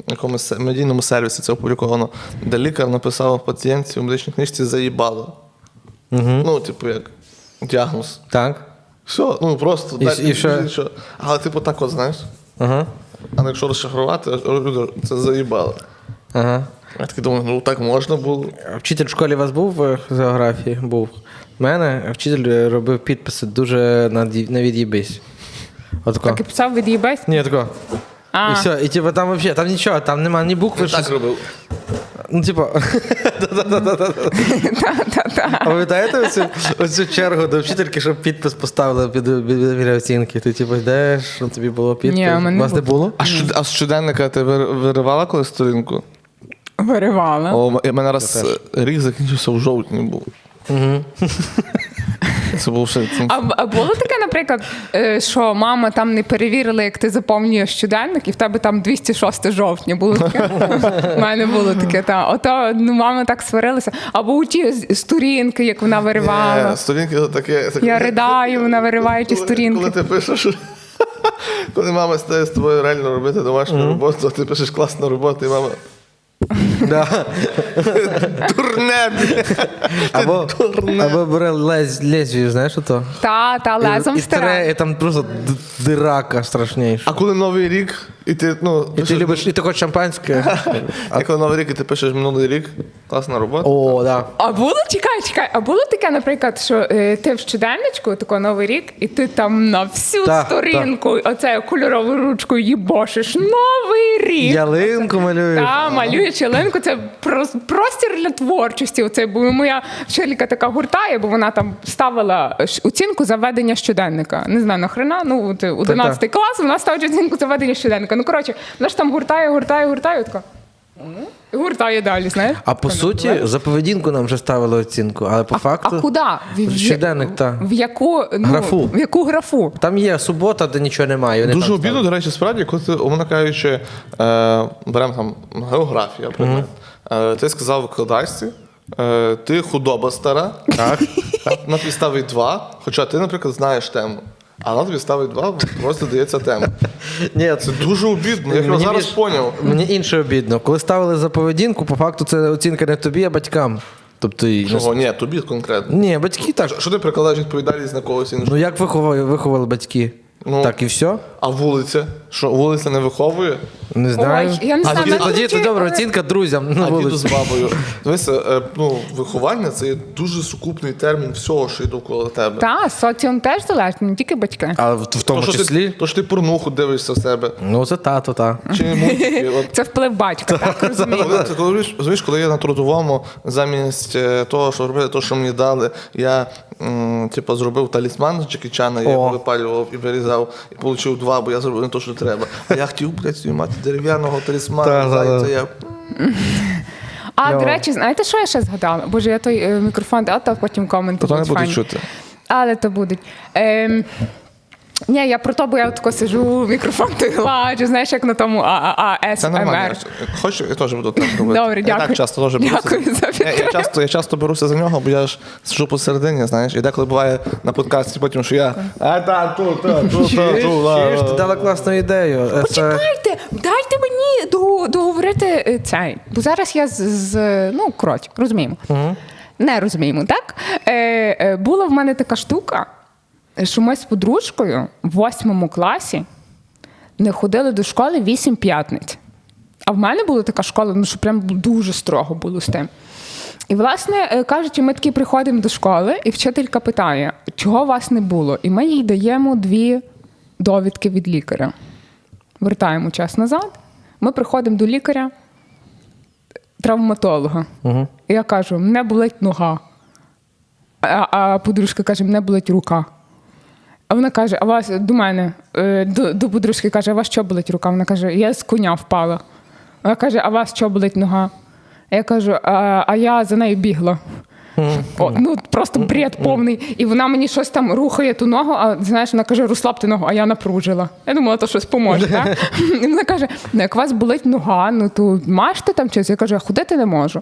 [SPEAKER 3] якомусь медійному сервісі це опубліковано, де лікар написав пацієнтці у медичній книжці заїбало. Ну, типу, як діагноз.
[SPEAKER 1] Так.
[SPEAKER 3] Все, ну просто
[SPEAKER 1] І- і ще-
[SPEAKER 3] що. Але типу так от знаєш.
[SPEAKER 1] Ага.
[SPEAKER 3] А якщо розшифрувати, люди це заїбало.
[SPEAKER 1] Ага.
[SPEAKER 3] Я такий думаю, ну так можна було.
[SPEAKER 1] А Вчитель в школі у вас був е, з географії? Був. У мене вчитель е, робив підписи дуже на ді- на від'їбись. Отако.
[SPEAKER 2] Так і писав від їбесь.
[SPEAKER 1] Ні, отако.
[SPEAKER 2] А.
[SPEAKER 1] І все. І типу там взагалі, там нічого, там нема ні букви.
[SPEAKER 3] так
[SPEAKER 1] щось.
[SPEAKER 3] робив.
[SPEAKER 1] Ну, типа,
[SPEAKER 2] Та-та-та.
[SPEAKER 1] пам'ятаєте оцю, оцю чергу до вчительки, щоб підпис поставили під, під, мірі оцінки? Ти типу йдеш, щоб тобі було підпис.
[SPEAKER 2] Ні, у мене
[SPEAKER 1] У вас не
[SPEAKER 2] не
[SPEAKER 1] було?
[SPEAKER 3] А, щод- а з щоденника ти вир- виривала колись сторінку?
[SPEAKER 2] Виривала.
[SPEAKER 3] О, м- я мене раз е, рік закінчився в жовтні був. Це був ще це-
[SPEAKER 2] А, б- а було таке, наприклад, е, що мама там не перевірила, як ти заповнюєш щоденник, і в тебе там 206 жовтня було таке. У мене було таке, та. Ото ну, мама так сварилася. Або у ті з- сторінки, як вона
[SPEAKER 3] Е,
[SPEAKER 2] виривала.
[SPEAKER 3] Сторінки таке. таке-
[SPEAKER 2] Я ридаю, вона вириває ті
[SPEAKER 3] Коли- Коли
[SPEAKER 2] сторінки.
[SPEAKER 3] ти пишеш. Коли мама стає з тобою реально робити домашню роботу, а ти пишеш класну роботу, і мама.
[SPEAKER 1] Да.
[SPEAKER 3] Дурне!
[SPEAKER 1] Або,
[SPEAKER 3] дурна.
[SPEAKER 1] або бере лез, лезвію, знаєш ото?
[SPEAKER 2] Та, та лезом
[SPEAKER 1] і, і, тре,
[SPEAKER 2] стирає.
[SPEAKER 1] і там просто д- дирака страшніша.
[SPEAKER 3] А коли новий рік, і ти, ну,
[SPEAKER 1] І ти
[SPEAKER 3] пишеш-
[SPEAKER 1] любиш, і ти хочеш шампанське.
[SPEAKER 3] а коли новий рік, і ти пишеш минулий рік, класна робота.
[SPEAKER 1] О, да.
[SPEAKER 2] А було, чекай, чекай, а було таке, наприклад, що е, ти в щоденничку, тако Новий рік, і ти там на всю
[SPEAKER 1] Та,
[SPEAKER 2] сторінку оцею кольоровою ручкою їбошиш. Новий рік!
[SPEAKER 1] Ялинку малюєш.
[SPEAKER 2] Та, малює членку, це прос- простір для творчості. Оце, бо моя вчителька така гуртає, бо вона там ставила щ- оцінку заведення щоденника. Не знаю, нахрена, ну от 11 клас, вона ставить оцінку заведення щоденника. Ну коротше, вона ж там гуртає, гуртає, гуртає, така. «М?» І гуртає далі, знаєш?
[SPEAKER 1] А по суті, за поведінку нам вже ставили оцінку, але по факту.
[SPEAKER 2] А куди? В- в-
[SPEAKER 1] Щоденник, та.
[SPEAKER 2] В яку, ну,
[SPEAKER 1] Графу.
[SPEAKER 2] В яку графу?
[SPEAKER 1] Там є субота, де нічого немає. вони
[SPEAKER 3] Дуже
[SPEAKER 1] там
[SPEAKER 3] обідно,
[SPEAKER 1] ставлять.
[SPEAKER 3] до речі, справді, коли ти, умовно кажучи, е, беремо там географія, наприклад. Е, ти сказав викладачці, е, ти худоба стара, так. на підставі 2, хоча ти, наприклад, знаєш тему. А на тобі ставить два, просто дається тема.
[SPEAKER 1] Ні,
[SPEAKER 3] Це дуже обідно, я
[SPEAKER 1] Мені
[SPEAKER 3] його зараз
[SPEAKER 1] більш-
[SPEAKER 3] поняв.
[SPEAKER 1] Мені інше обідно. Коли ставили за поведінку, по факту це оцінка не тобі, а батькам. Тобто і...
[SPEAKER 3] Чого? Ні, тобі конкретно.
[SPEAKER 1] Ні, батьки так.
[SPEAKER 3] Що ти прикладаєш відповідальність на когось іншого?
[SPEAKER 1] Ну як виховали, виховали батьки?
[SPEAKER 3] Ну.
[SPEAKER 1] Так і все?
[SPEAKER 3] А вулиця? Що вулиця не виховує?
[SPEAKER 1] Не знаю.
[SPEAKER 2] Ой, я не
[SPEAKER 1] а
[SPEAKER 2] знаю,
[SPEAKER 1] тоді,
[SPEAKER 2] мене
[SPEAKER 1] тоді
[SPEAKER 2] вчили,
[SPEAKER 1] це добре,
[SPEAKER 2] коли-
[SPEAKER 1] оцінка друзям на
[SPEAKER 3] А діду з
[SPEAKER 1] вулиці.
[SPEAKER 3] бабою. Дивися, е, ну, виховання це є дуже сукупний термін всього, що є довкола тебе.
[SPEAKER 2] Та, соціум теж залежить, не тільки батьки.
[SPEAKER 1] А в, в тому
[SPEAKER 3] то, що
[SPEAKER 1] числі.
[SPEAKER 3] Ти, то, що ти порнуху дивишся в себе.
[SPEAKER 1] Ну, це тато, та.
[SPEAKER 3] Чи мультики. От,
[SPEAKER 2] Це вплив батька, так розумію.
[SPEAKER 3] коли, ти- коли, розумієш, коли я на трудовому, замість е, того, що робити, то, що мені дали, я м, типу, зробив талісман з Джекі Чана, я
[SPEAKER 1] О.
[SPEAKER 3] його випалював і вирізав, і отримав два, бо я зробив не те, що треба. А я хотів, блядь, собі мати дерев'яного
[SPEAKER 1] Та,
[SPEAKER 3] талісмана,
[SPEAKER 1] та, та.
[SPEAKER 3] зайця, я
[SPEAKER 2] А,
[SPEAKER 1] Я-
[SPEAKER 2] до речі, знаєте, що я ще згадала? Боже, я той е, мікрофон дала, та потім коменти.
[SPEAKER 3] Та не
[SPEAKER 2] будуть
[SPEAKER 3] будуть
[SPEAKER 2] файні.
[SPEAKER 3] чути.
[SPEAKER 2] Але то будуть. Ем, ні, я про то, бо я тако сижу, мікрофон ти гладжу, знаєш, як на тому
[SPEAKER 3] Це нормально.
[SPEAKER 2] ААСМР.
[SPEAKER 3] Хочеш, я теж буду так робити.
[SPEAKER 2] Добре,
[SPEAKER 3] Я
[SPEAKER 2] дякую.
[SPEAKER 3] так часто теж беруся.
[SPEAKER 2] Дякую за
[SPEAKER 3] я, я,
[SPEAKER 2] підтримку.
[SPEAKER 3] часто, я часто беруся за нього, бо я ж сижу посередині, знаєш, і деколи буває на подкасті потім, що я. А та, ту, та, ту, та,
[SPEAKER 1] Чуєш,
[SPEAKER 3] ту, ла,
[SPEAKER 1] чуєш, ти
[SPEAKER 3] ла».
[SPEAKER 1] дала класну ідею. Е, Це...
[SPEAKER 2] Чекайте, дайте мені дог- договорити е, цей. Бо зараз я з, з- ну, коротше, розуміємо. Не розуміємо, так? Е, е, була в мене така штука, що ми з подружкою в восьмому класі не ходили до школи вісім п'ятниць. А в мене була така школа, ну що прям дуже строго було з тим. І, власне, е, кажучи, ми такі приходимо до школи, і вчителька питає, чого вас не було? І ми їй даємо дві довідки від лікаря. Вертаємо час назад. Ми приходимо до лікаря, травматолога. І я кажу: мене болить нога. А, а подружка каже, мене болить рука. А вона каже: А вас до мене, е, до, до подружки каже, а вас що болить рука? Вона каже, я з коня впала. Вона каже, а вас що болить нога? А Я кажу, а, а я за нею бігла. О, ну просто бред повний. І вона мені щось там рухає ту ногу, а знаєш, вона каже, розслабте ногу, а я напружила. Я думала, то щось поможе. Так? І вона каже: ну як у вас болить нога, ну то мажте там щось. Я кажу, я ходити не можу.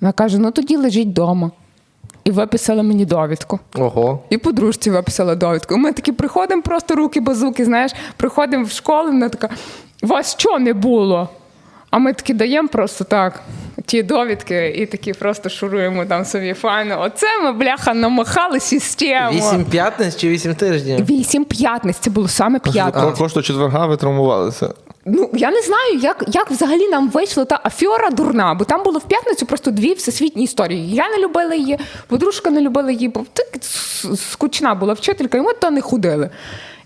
[SPEAKER 2] Вона каже: ну тоді лежіть вдома. І виписала мені довідку.
[SPEAKER 1] Ого.
[SPEAKER 2] І подружці виписала довідку. І Ми такі приходимо, просто руки базуки, знаєш, приходимо в школу, вона така: вас що не було? А ми такі даємо просто так ті довідки і такі просто шуруємо там собі файно. Оце ми, бляха, намахали систему.
[SPEAKER 1] Вісім п'ятниць чи вісім тижнів?
[SPEAKER 2] Вісім п'ятниць, це було саме п'ятниць.
[SPEAKER 3] Ко- Кошту четверга ви травмувалися.
[SPEAKER 2] Ну я не знаю, як, як взагалі нам вийшла та афіора дурна, бо там було в п'ятницю просто дві всесвітні історії. Я не любила її, подружка не любила її, бо так с- скучна була вчителька, і ми то не ходили.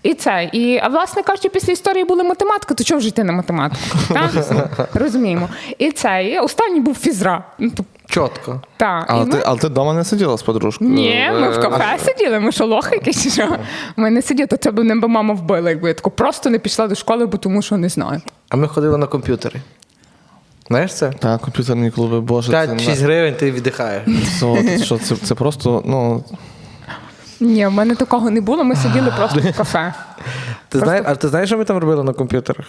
[SPEAKER 2] І це. І, а власне кажучи, після історії були математика, то чого ж йти на математику? Так? Ну, Розуміємо. І це. І останній був фізра. Ну, то-
[SPEAKER 1] Чітко.
[SPEAKER 2] та.
[SPEAKER 3] Але
[SPEAKER 2] І ми-
[SPEAKER 3] ти, але ти вдома не сиділа з подружкою?
[SPEAKER 2] Ні, ми в
[SPEAKER 3] Е,
[SPEAKER 2] кафе сиділи, ми що лохи якісь чи що. Ми не сиділи, то це б не б мама вбила, якби я тако просто не пішла до школи, бо тому що не знаю.
[SPEAKER 1] А ми ходили на комп'ютери. Знаєш це?
[SPEAKER 3] Та, комп'ютерні клуби, боже, це,
[SPEAKER 1] 5-6
[SPEAKER 3] на-
[SPEAKER 1] гривень ти віддихаєш.
[SPEAKER 3] Це- це, що, це, це просто, ну,
[SPEAKER 2] Ні, в мене такого не було, ми сиділи просто в кафе.
[SPEAKER 1] Ти знаєш, а ти знаєш, що ми там робили на комп'ютерах?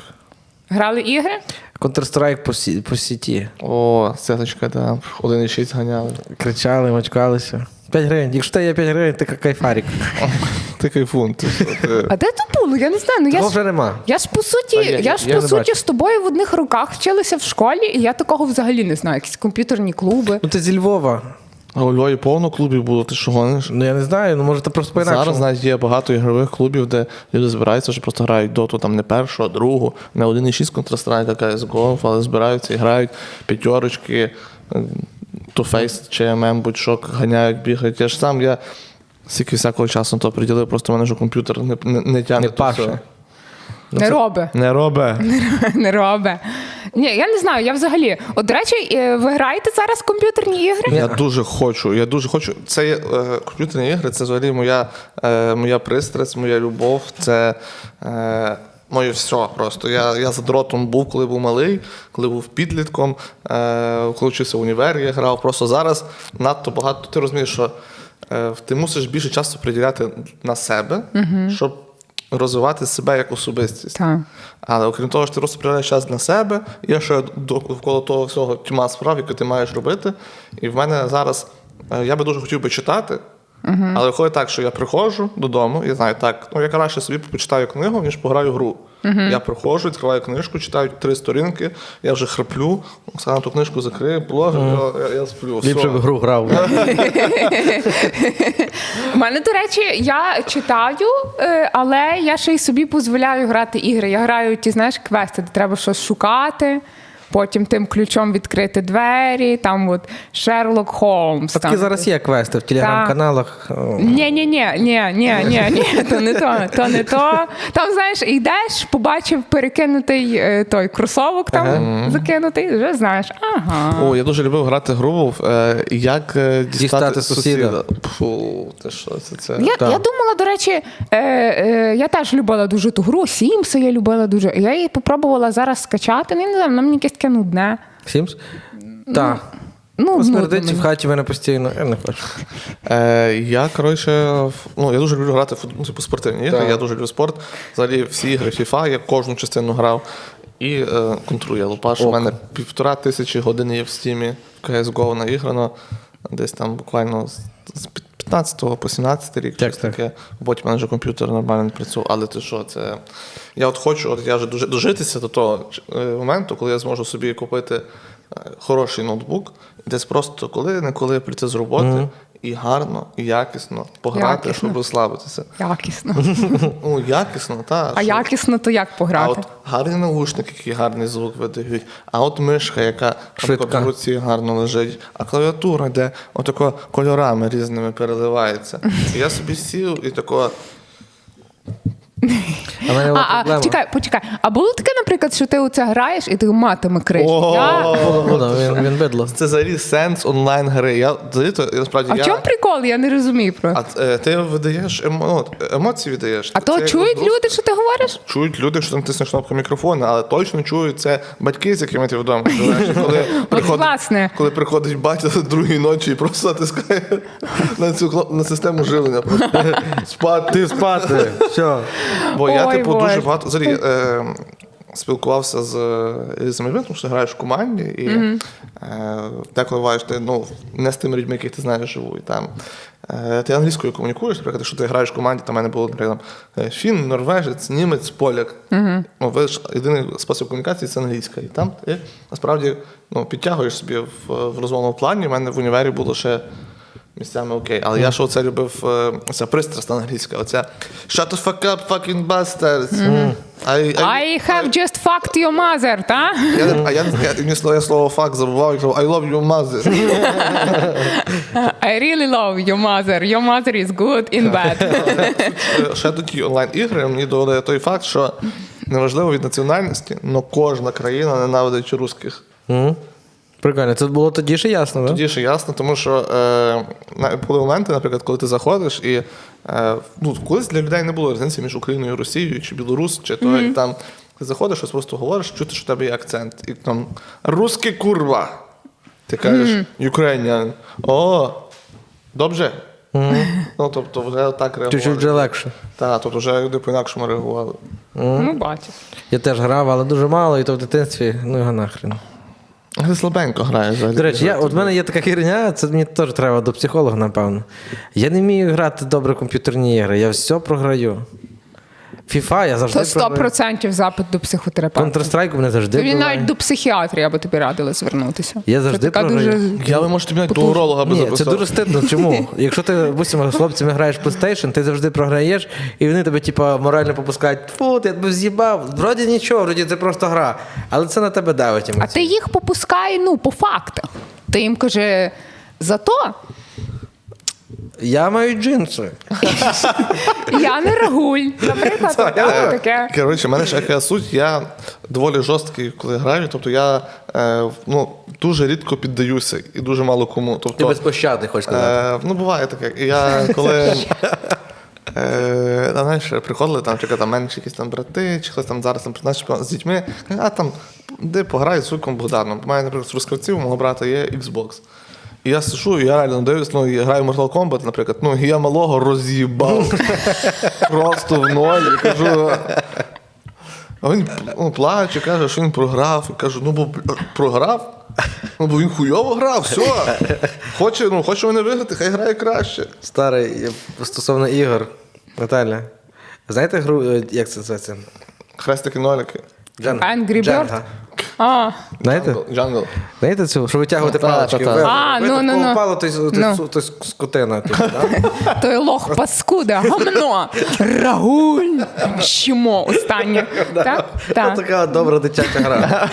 [SPEAKER 2] Грали ігри?
[SPEAKER 1] Counter-Strike по, сі, по сіті.
[SPEAKER 3] о, сеточка, да, 1,6 ганяли.
[SPEAKER 1] Кричали, мачкалися. 5 гривень. Якщо ти є 5 гривень, ти кайфарік.
[SPEAKER 3] Ти кайфун. Ти, що, ти.
[SPEAKER 2] А де це було? Я не знаю. Ну я
[SPEAKER 1] Того
[SPEAKER 2] ж
[SPEAKER 1] вже нема.
[SPEAKER 2] я ж по суті,
[SPEAKER 1] А я-
[SPEAKER 2] я,
[SPEAKER 1] я
[SPEAKER 2] ж
[SPEAKER 1] не
[SPEAKER 2] по суті
[SPEAKER 1] бачу.
[SPEAKER 2] з тобою в одних руках вчилися в школі, і я такого взагалі не знаю. Якісь комп'ютерні клуби.
[SPEAKER 1] Ну ти зі Львова.
[SPEAKER 3] А у Львові повно клубів було, ти що гониш?
[SPEAKER 1] Ну я не знаю, ну може ти просто по-інакшому.
[SPEAKER 3] Зараз навіть є багато ігрових клубів, де люди збираються, що просто грають доту там не першу, а другу, не 1,6 Counter-Strike, а CSGO, але збираються і грають п'ятерочки, туфейс чи MM, будь-що, ганяють, бігають. Я ж сам я стільки всякого часу на то приділив, просто в мене ж комп'ютер не, не, не тягне.
[SPEAKER 1] Не
[SPEAKER 3] то
[SPEAKER 1] паше.
[SPEAKER 3] все.
[SPEAKER 1] Ну,
[SPEAKER 2] не роби.
[SPEAKER 3] Не робе.
[SPEAKER 2] не робе. Ні, я не знаю, я взагалі. От до речі, е, ви граєте зараз в комп'ютерні ігри?
[SPEAKER 3] Я дуже хочу. Я дуже хочу. Це є, е, комп'ютерні ігри, це взагалі моя, е, моя пристрасть, моя любов. Це е, моє все просто. Я, я за дротом був, коли був малий, коли був підлітком, е, коли вчився в універі, я грав. Просто зараз надто багато. Ти розумієш, що е, ти мусиш більше часу приділяти на себе, щоб розвивати себе як особистість.
[SPEAKER 2] Так.
[SPEAKER 3] Але окрім того, що ти просто приділяєш час на себе, є ще довкола того всього тьма справ, які ти маєш робити. І в мене зараз е, я би дуже хотів би читати, але виходить так, що я приходжу додому і знаю, так, ну я краще собі почитаю книгу, ніж пограю в гру. Я приходжу, відкриваю книжку, читаю три сторінки, я вже храплю, Оксана ту книжку закриє, блог, я, я, я сплю. все.
[SPEAKER 1] Ліпше б гру грав.
[SPEAKER 2] У мене, до речі, я читаю, е, але я ще й собі дозволяю грати ігри. Я граю ті, знаєш, квести, де треба щось шукати. Потім тим ключом відкрити двері, там от Шерлок Холмс.
[SPEAKER 1] Такі
[SPEAKER 2] там.
[SPEAKER 1] зараз є квести в телеграм-каналах. е, О,
[SPEAKER 2] Ні, ні, ні, ні, ні, ні, ні, то не то, то не то. Там, знаєш, йдеш, побачив перекинутий е, той кросовок там закинутий, вже знаєш. Ага.
[SPEAKER 3] О, я дуже любив грати гру, е, як е, дістати,
[SPEAKER 1] Дістати сусіда.
[SPEAKER 3] Фу, ти що, це, це.
[SPEAKER 2] Я,
[SPEAKER 1] Так.
[SPEAKER 2] я думала, до речі, е, е, я теж любила дуже ту гру, Сімси я любила дуже. Я її попробувала зараз скачати, ну, я не знаю, вона мені якесь таке нудне.
[SPEAKER 1] Сімс? Так.
[SPEAKER 2] Ну,
[SPEAKER 1] Ну,
[SPEAKER 2] нудно
[SPEAKER 1] смердить
[SPEAKER 2] мені.
[SPEAKER 1] в хаті в мене постійно. Я не хочу.
[SPEAKER 3] Е, я коротше, в- ну я дуже люблю грати в фут- ну, типу, спортивні ігри. Я дуже люблю спорт. Взагалі всі ігри FIFA, я кожну частину грав. І е, контру я лупаш. У мене півтора тисячі годин є в стімі в CSGO наіграно. Десь там буквально з- з 15 по 17 рік.
[SPEAKER 1] Так,
[SPEAKER 3] щось
[SPEAKER 1] так.
[SPEAKER 3] таке. Потім в мене вже комп'ютер нормально не працював. Але ти що, це. Я от хочу, от я вже дуже- дожитися до того ч- е, моменту, коли я зможу собі купити е, хороший ноутбук, десь просто коли-неколи прийти з роботи і гарно, і якісно пограти,
[SPEAKER 2] Якісно.
[SPEAKER 3] щоб розслабитися.
[SPEAKER 2] Якісно.
[SPEAKER 3] Ну, якісно, так.
[SPEAKER 2] А якісно, то як
[SPEAKER 3] А
[SPEAKER 2] пограти?
[SPEAKER 3] от гарний наушник, який гарний звук видають, а от мишка, яка
[SPEAKER 1] Швидка.
[SPEAKER 3] там в руці гарно лежить, а клавіатура, де отако кольорами різними переливається. І я собі сів і тако.
[SPEAKER 1] А в мене була
[SPEAKER 2] А, а,
[SPEAKER 1] проблема.
[SPEAKER 2] чекай, почекай. А було таке, наприклад, що ти оце граєш і ти матами криш? Я...
[SPEAKER 3] О,
[SPEAKER 1] Ну, да, він, він бидло.
[SPEAKER 3] Це взагалі сенс онлайн гри. Я взагалі то насправді
[SPEAKER 2] А в
[SPEAKER 3] я.
[SPEAKER 2] чому прикол? Я не розумію про.
[SPEAKER 3] А
[SPEAKER 2] А,
[SPEAKER 3] е, ти видаєш емо... ну, емоції видаєш. Це
[SPEAKER 2] то
[SPEAKER 3] як
[SPEAKER 2] чують
[SPEAKER 3] роздрузка.
[SPEAKER 2] люди, що ти говориш?
[SPEAKER 3] Чують люди, що там тиснеш кнопку мікрофона, але точно чують це батьки, з якими ти вдома живеш. І Коли
[SPEAKER 2] власне.
[SPEAKER 3] приходить, коли приходить батя до другої ночі і просто натискає на цю кноп- на систему живлення. Просто спати.
[SPEAKER 1] Ти спати. Все.
[SPEAKER 3] Бо я,
[SPEAKER 2] Ой,
[SPEAKER 3] типу,
[SPEAKER 2] Боже.
[SPEAKER 3] дуже багато взагалі е, спілкувався з різними, тому що граєш в команді, і е, деколи буваєш ти ну, не з тими людьми, яких ти знаєш живу. І там, е, ти англійською комунікуєш, наприклад, що ти граєш в команді, там в мене було, наприклад, там, е, фін, норвежець, німець, поляк. Ну, ви ж єдиний спосіб комунікації це англійська. І там ти насправді ну, підтягуєш собі в, в розмовному плані. У мене в універі було ще. Місцями окей, але я ж оце любив, е, ця пристрасть англійська, оця «Shut the fuck up, fucking bastards!» I, I,
[SPEAKER 2] I have just fucked your mother, та?
[SPEAKER 3] я, не- а я, не- я, мені слово- я слово факт забував, я казав, I love your mother.
[SPEAKER 2] I really love your mother. Your mother is good in bed.
[SPEAKER 3] Е, Ще такі онлайн-ігри мені доводить той факт, що неважливо від національності, але кожна країна ненавидить русських.
[SPEAKER 1] Мгм. Прикольно, це було тоді ще ясно, да?
[SPEAKER 3] Тоді ще ясно, тому що е, на- були моменти, наприклад, коли ти заходиш, і е, ну, колись для людей не було різниці між Україною і Росією, чи білорус, чи то як там. Ти заходиш, щось просто говориш, чути, що в тебе є акцент. І там русський курва. Ти кажеш Ukrainian. О, добре. Ну, тобто, вже так
[SPEAKER 1] Чуть-чуть вже
[SPEAKER 3] реагували.
[SPEAKER 1] легше.
[SPEAKER 3] Так, тут вже люди по-інакшому реагували.
[SPEAKER 2] Ну, бачиш.
[SPEAKER 1] Я теж грав, але дуже мало, і то в дитинстві, ну його нахрен.
[SPEAKER 3] Ти слабенько граєш. взагалі.
[SPEAKER 1] До речі, я, от в мене є така херня, це мені теж треба до психолога, напевно. Я не вмію грати добре в комп'ютерні ігри, я все програю. FIFA я завжди.
[SPEAKER 2] То
[SPEAKER 1] програю.
[SPEAKER 2] 100% запит до психотерапевта.
[SPEAKER 1] Counter-Strike мене завжди.
[SPEAKER 2] Тобі навіть
[SPEAKER 1] буває.
[SPEAKER 2] до психіатрії, я би тобі радила звернутися.
[SPEAKER 1] Я
[SPEAKER 2] Це
[SPEAKER 1] завжди
[SPEAKER 2] така
[SPEAKER 1] програю.
[SPEAKER 2] дуже
[SPEAKER 3] Я ви можете мені навіть до уролога би
[SPEAKER 1] Ні, це
[SPEAKER 3] записав.
[SPEAKER 1] дуже стидно. Чому? Якщо ти, допустимо, з хлопцями граєш в PlayStation, ти завжди програєш, і вони тебе, типа, морально попускають, фу, ти тебе з'їбав. Вроді нічого, вроді це просто гра. Але це на тебе давить
[SPEAKER 2] А
[SPEAKER 1] емоційно.
[SPEAKER 2] ти їх попускай ну, по фактах. Ти їм каже, зато
[SPEAKER 1] Я маю джинси.
[SPEAKER 2] я не рагуль. Наприклад,
[SPEAKER 3] Та, я-
[SPEAKER 2] там таке.
[SPEAKER 3] Коротше, в мене ж яка суть, я доволі жорсткий, коли граю. Тобто я е, ну, дуже рідко піддаюся і дуже мало кому.
[SPEAKER 1] Ти
[SPEAKER 3] Тобто,
[SPEAKER 1] безпощадний, хочеш сказати.
[SPEAKER 3] е, ну, буває таке. І Я коли. Е, а знаєш, приходили там, чекай, там менші якісь там брати, чи хтось там зараз там знаєш, типу, з дітьми. А там, де пограю з суком Богданом. У мене, наприклад, з розкривців, у мого брата є Xbox. І я сиджу, і я реально дивлюсь, ну, і граю в Mortal Kombat, наприклад. Ну, і я малого роз'їбав. Просто в ноль. І кажу. А він ну, плаче, каже, що він програв. І кажу, ну бо бл- програв. Ну, бо він хуйово грав, все. Хоче, ну, хоче мене виграти, хай грає краще.
[SPEAKER 1] Старий, я- стосовно ігор. Наталя, знаєте гру, е, як це називається?
[SPEAKER 3] Хрестики-нолики.
[SPEAKER 1] Джанга.
[SPEAKER 2] Angry Bird?
[SPEAKER 1] Джанга.
[SPEAKER 2] А,
[SPEAKER 1] Знаєте?
[SPEAKER 3] Джангл.
[SPEAKER 1] Знаєте цю, що витягувати
[SPEAKER 3] Та,
[SPEAKER 1] палички?
[SPEAKER 3] та, та.
[SPEAKER 1] вверх?
[SPEAKER 2] А,
[SPEAKER 1] Ви
[SPEAKER 2] ну,
[SPEAKER 1] так
[SPEAKER 2] ну, ну.
[SPEAKER 1] Впало, то, й- то, й-
[SPEAKER 2] Ну.
[SPEAKER 1] то, й скотина. типу, да?
[SPEAKER 2] той лох паскуда, гамно, рагуль, щемо останнє. Так?
[SPEAKER 1] Та.
[SPEAKER 2] Так.
[SPEAKER 1] Така добра дитяча гра.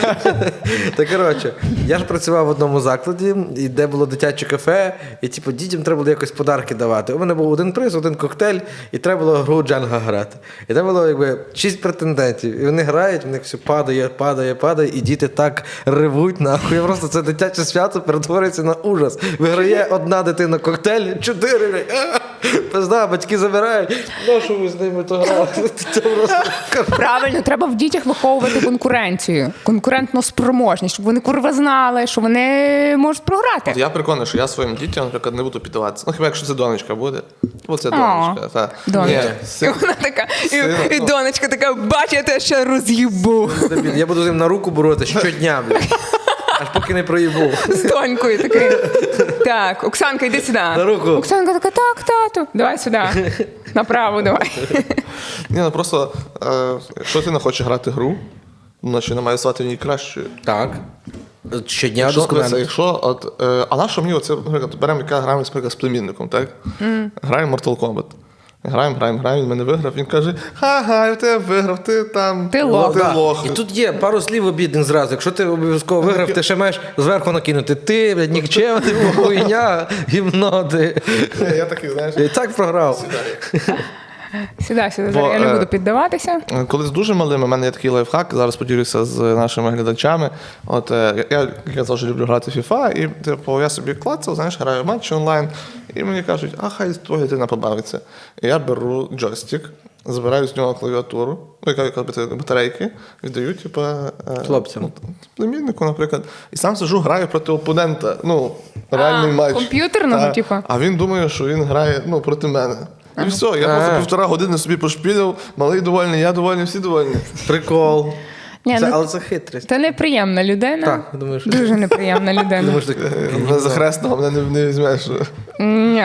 [SPEAKER 1] Та коротше, я ж працював в одному закладі, і де було дитяче кафе, і типу дітям треба було якось подарки давати. У мене був один приз, один коктейль, і треба було гру Джанга грати. І там було якби шість претендентів. І вони грають, в них все падає, падає, падає, і діти так ревуть нахуй. Просто це дитяче свято перетворюється на ужас. Виграє одна дитина коктейль, чотири. блядь, а! Пизда, батьки забирають. Ну, що ви з ними то грали? Це просто
[SPEAKER 2] Правильно, треба в дітях виховувати конкуренцію, конкурентну спроможність, щоб вони курва знали, що вони можуть програти.
[SPEAKER 3] Я переконаний, що я своїм дітям, наприклад, не буду піддаватися. Ну, хіба якщо це донечка буде? Бо це донечка. Та.
[SPEAKER 2] Донечка.
[SPEAKER 3] Ні,
[SPEAKER 2] І
[SPEAKER 3] син.
[SPEAKER 2] вона така,
[SPEAKER 3] Сина.
[SPEAKER 2] і, і
[SPEAKER 1] ну.
[SPEAKER 2] донечка така, бач, я тебе ще роз'їбу
[SPEAKER 1] Дебіль, Я буду з ним на руку боротися щодня, блядь. Аж поки не проїбу.
[SPEAKER 2] з донькою. Такий. Так, Оксанка, йди сюди.
[SPEAKER 1] На руку.
[SPEAKER 2] Оксанка така, так, тату, давай сюди. Направо давай.
[SPEAKER 3] Ні, ну просто, е, якщо ти не хочеш грати гру, значить не має стати в ній кращою.
[SPEAKER 1] Так. Щодня
[SPEAKER 3] Якщо, дивися,
[SPEAKER 1] досконально.
[SPEAKER 3] якщо от, е, а на що мені оце, наприклад, беремо, яка граємо наприклад, з племінником, так? Граємо Mortal Kombat. Граємо, граємо, граємо, він мене виграв. Він каже: ха-ха, я в тебе виграв, ти там.
[SPEAKER 2] Ти лох.
[SPEAKER 3] Ти
[SPEAKER 1] Да.
[SPEAKER 3] лох.
[SPEAKER 1] І тут є пару слів обідних зразу. Якщо ти обов'язково виграв, ти ще маєш зверху накинути. Ти, блядь, нікчем, ти хуйня, гімно, ти.
[SPEAKER 3] Е, Я такий, знаєш.
[SPEAKER 1] Я і так програв.
[SPEAKER 2] Сюди, сюди,
[SPEAKER 3] Бо,
[SPEAKER 2] зараз я не
[SPEAKER 3] е,
[SPEAKER 2] буду піддаватися.
[SPEAKER 3] Коли Е, з дуже малими, у мене є такий лайфхак, зараз поділюся з нашими глядачами. От е, я, як я завжди люблю грати в FIFA, і типу, я собі клацав, знаєш, граю в матчі онлайн, і мені кажуть, а хай твоя дитина побавиться. І я беру джойстик, забираю з нього клавіатуру, ну, яка яка бата- батарейки, віддаю, типу, е,
[SPEAKER 1] Хлопцям.
[SPEAKER 3] ну, племіннику, наприклад. І сам сижу, граю проти опонента. Ну, реальний матч.
[SPEAKER 2] комп'ютерного,
[SPEAKER 3] Та.
[SPEAKER 2] типу?
[SPEAKER 3] А він думає, що він грає ну, проти мене. І все, я просто
[SPEAKER 1] А.
[SPEAKER 3] півтора години собі пошпілив, малий довольний, я довольний, всі довольні.
[SPEAKER 1] Прикол.
[SPEAKER 2] Ні,
[SPEAKER 1] Це,
[SPEAKER 2] ну,
[SPEAKER 1] але це хитрість.
[SPEAKER 2] ти неприємна людина.
[SPEAKER 1] Так, я думаю, що-
[SPEAKER 2] Дуже неприємна людина.
[SPEAKER 1] Думаєш, так,
[SPEAKER 3] Мене Е, за хрестного мене не, не візьмеш.
[SPEAKER 2] Ні.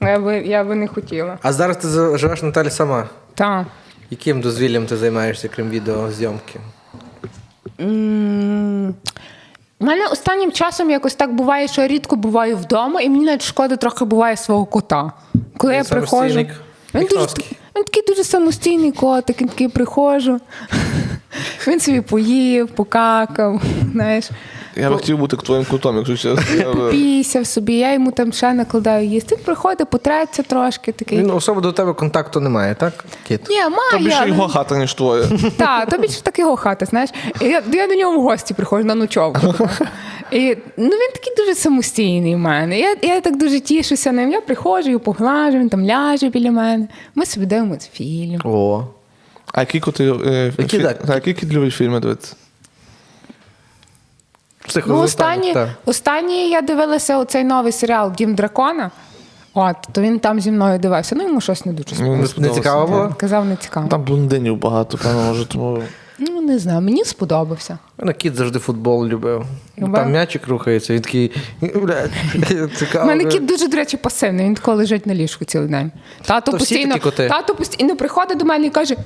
[SPEAKER 2] Я би, я би не хотіла.
[SPEAKER 1] А зараз ти за- живеш Наталі сама.
[SPEAKER 2] Так.
[SPEAKER 1] Яким дозвіллям ти займаєшся, крім відеозйомки?
[SPEAKER 2] М, У мене останнім часом якось так буває, що я рідко буваю вдома, і мені навіть шкода трохи буває свого кота. Коли
[SPEAKER 1] Він
[SPEAKER 2] я приходжу.
[SPEAKER 1] самостійник.
[SPEAKER 2] Він дуже,
[SPEAKER 1] Міхновський.
[SPEAKER 2] Він такий дуже самостійний котик, він такий приходжу. Він собі поїв, покакав, знаєш,
[SPEAKER 3] Я би хотів бути твоїм кутом, якщо чесно. Я би-
[SPEAKER 2] попісяв собі, я йому там ще накладаю їсти. Він приходить, потреться трошки такий.
[SPEAKER 1] Він Ну, особо до тебе контакту не має, так? Кіт?
[SPEAKER 2] Ні, ну,
[SPEAKER 3] Та
[SPEAKER 2] має.
[SPEAKER 3] більше
[SPEAKER 2] але-
[SPEAKER 3] його хата, ніж твоя.
[SPEAKER 2] Та, то більше так його хата, знаєш. І Я, я до нього в гості приходжу на ночовку. І, ну він такий дуже самостійний в мене. Я, я так дуже тішуся ним. Я приходжу, його поглажу, він там ляже біля мене. Ми собі дивимося фільм.
[SPEAKER 1] О.
[SPEAKER 3] А які коти е,
[SPEAKER 1] Які,
[SPEAKER 3] фі-
[SPEAKER 1] так.
[SPEAKER 3] а які кіт любить фільми дивитися?
[SPEAKER 2] Ну,
[SPEAKER 1] Психозаставник,
[SPEAKER 2] останні,
[SPEAKER 1] так.
[SPEAKER 2] останні я дивилася оцей новий серіал Дім дракона. От, то він там зі мною дивився. Ну йому щось не дуже сподобалося.
[SPEAKER 3] Мені
[SPEAKER 1] Не
[SPEAKER 3] сподобалося.
[SPEAKER 1] цікаво було?
[SPEAKER 2] Казав, не цікаво.
[SPEAKER 3] Там блондинів багато, певно, може, тому.
[SPEAKER 2] Ну не знаю, мені сподобався.
[SPEAKER 1] Ну, кіт завжди футбол любив.
[SPEAKER 2] Любив?
[SPEAKER 1] Там м'ячик рухається, він такий. Блядь,
[SPEAKER 2] У
[SPEAKER 1] цікаво.
[SPEAKER 2] мене кіт дуже, до речі, пасивний. Він коли лежить на ліжку цілий день. Тато
[SPEAKER 1] Та всі
[SPEAKER 2] постійно,
[SPEAKER 1] такі коти.
[SPEAKER 2] тато постійно приходить до мене і каже: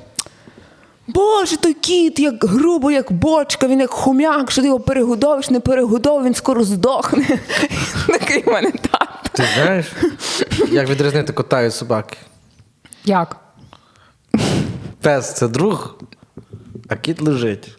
[SPEAKER 2] Боже, той кіт, як грубо, як бочка, він як хом'як, що ти його перегодовиш, не перегодов, він скоро здохне. Такий в мене тато.
[SPEAKER 1] Ти знаєш, як відрізнити кота від собаки?
[SPEAKER 2] Як?
[SPEAKER 1] Пес це друг, а кіт лежить.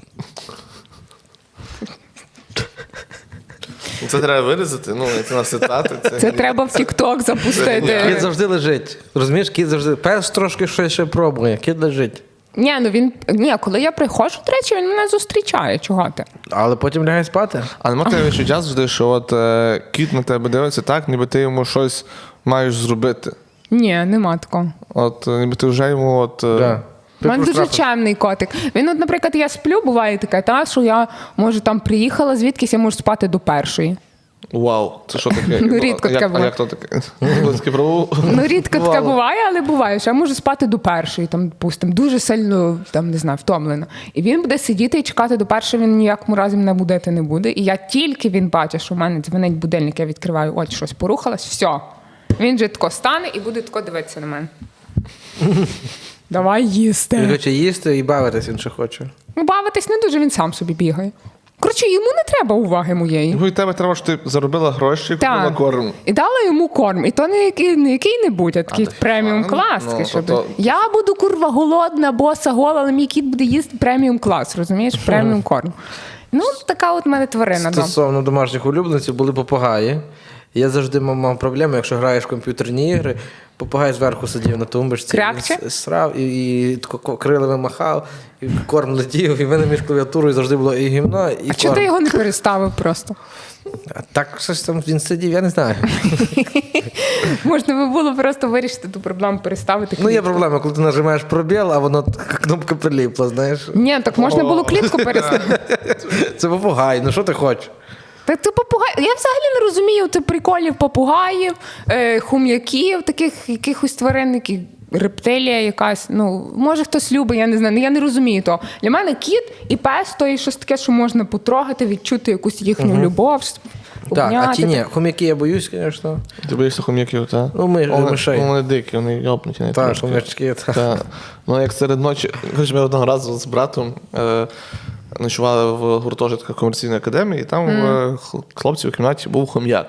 [SPEAKER 3] Це треба вирізати, ну, це на цитати.
[SPEAKER 2] Це треба в Тік-Ток запустити.
[SPEAKER 1] Кіт завжди лежить. Розумієш, кіт завжди. Пес трошки щось ще пробує, кіт лежить.
[SPEAKER 2] Ні, ну він ні, коли я приходжу, до речі, він мене зустрічає. Чого ти?
[SPEAKER 1] Але потім лягає спати.
[SPEAKER 3] А нема тебе відчуття завжди, що от е, кіт на тебе дивиться так, ніби ти йому щось маєш зробити.
[SPEAKER 2] Ні, нема такого.
[SPEAKER 3] От е, ніби ти вже йому от. е,
[SPEAKER 1] Да.
[SPEAKER 2] У мене дуже
[SPEAKER 1] Штрафи.
[SPEAKER 2] чемний котик. Він, от, наприклад, я сплю, буває таке, та що я може там приїхала звідкись, я можу спати до першої.
[SPEAKER 3] Вау, це що таке?
[SPEAKER 2] Ну, рідко
[SPEAKER 3] а як,
[SPEAKER 2] таке було.
[SPEAKER 3] А як то таке? Ну, таке пробував?
[SPEAKER 2] Ну, рідко таке буває, але буває, що я можу спати до першої, там, допустим, дуже сильно там не знаю, втомлена. І він буде сидіти і чекати до першої, він ніякому разі мене будити не буде. І я тільки він бачить, що в мене дзвонить будильник, я відкриваю, от щось порухалось, все. Він же тако стане і буде тако дивитися на мене. Давай
[SPEAKER 1] Він
[SPEAKER 2] їсти.
[SPEAKER 1] хоче їсти і бавитись, він ще хоче.
[SPEAKER 2] Ну, бавитись не дуже, він сам собі бігає. Коротше, йому не треба уваги моєї.
[SPEAKER 3] Ну і тебе треба, що ти заробила гроші і купила
[SPEAKER 2] Так.
[SPEAKER 3] корм.
[SPEAKER 2] І дала йому корм. І то не який не який-небудь, а такий преміум клас.
[SPEAKER 3] Ну,
[SPEAKER 2] такий, що
[SPEAKER 3] тобто-
[SPEAKER 2] ти- Я буду курва голодна, боса, гола, але мій кіт буде їсти преміум клас, розумієш? Преміум корм. Ну, така от в мене тварина. да.
[SPEAKER 1] Стосовно домашніх улюбленців були попугаї. Я завжди мав, мав проблему, якщо граєш в комп'ютерні ігри, попугай зверху сидів на тумбочці,
[SPEAKER 2] Крякче?
[SPEAKER 1] і с- срав і, і тако ко- крилами махав, і корм летів, і в мене між клавіатурою завжди було і гімно, і
[SPEAKER 2] А чого ти
[SPEAKER 1] корм.
[SPEAKER 2] його не переставив просто?
[SPEAKER 1] А так щось там він сидів, я не знаю.
[SPEAKER 2] Можна би було просто вирішити ту проблему, переставити
[SPEAKER 1] Ну є
[SPEAKER 2] клітку.
[SPEAKER 1] проблема, коли ти нажимаєш пробіл, а воно така кнопка приліпла, знаєш.
[SPEAKER 2] Ні, так можна було клітку переставити.
[SPEAKER 1] Це попугай, ну що ти хочеш?
[SPEAKER 2] Так ти попугай. Я взагалі не розумію ти приколів попугаїв, е, хум'яків, таких якихось тварин, які рептилія якась. Ну, може хтось любить, я не знаю. Ну, Я не розумію того. Для мене кіт і пес то є щось таке, що можна потрогати, відчути якусь їхню любов. щось
[SPEAKER 1] Так, а
[SPEAKER 2] обняти.
[SPEAKER 1] ті ні, хом'яки я боюсь, звісно.
[SPEAKER 3] Ти боїшся хом'яків, так?
[SPEAKER 1] Ну, ми-
[SPEAKER 3] вони,
[SPEAKER 1] мишей.
[SPEAKER 3] Вони дикі, вони йобнуті. не
[SPEAKER 1] Так,
[SPEAKER 3] трошки.
[SPEAKER 1] хом'ячки, так.
[SPEAKER 3] Та, ну як серед ночі, хоч ми одного разу з братом е, ночували в гуртожитках комерційної академії, і там е, хл- хлопці в кімнаті був хом'як.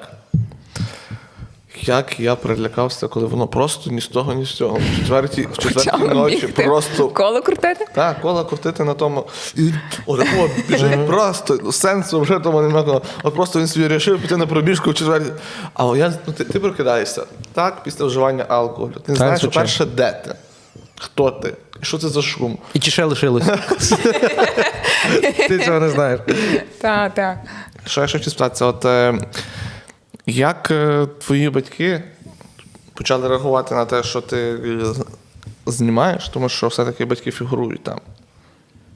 [SPEAKER 3] Як я перелякався, коли воно просто ні з того, ні з цього. В четвертій, в четвертій
[SPEAKER 2] Почало
[SPEAKER 1] ну,
[SPEAKER 3] ночі
[SPEAKER 2] бігти,
[SPEAKER 3] просто.
[SPEAKER 2] коло крутити.
[SPEAKER 3] Так, кола крутити на тому. І отако біжить просто ну, сенсу вже тому немає. От просто він собі вирішив піти на пробіжку в четвертій. А о, я, ну, ти, ти прокидаєшся так після вживання алкоголю. Ти не знаєш,
[SPEAKER 1] звичайно.
[SPEAKER 3] по-перше, де ти? Хто ти? Що це за шум?
[SPEAKER 1] І чи ще лишилось? Ти цього не знаєш.
[SPEAKER 2] Та, та.
[SPEAKER 3] Що я ще хочу спитатися? От е, як е, твої батьки почали реагувати на те, що ти е, знімаєш, тому що все-таки батьки фігурують там.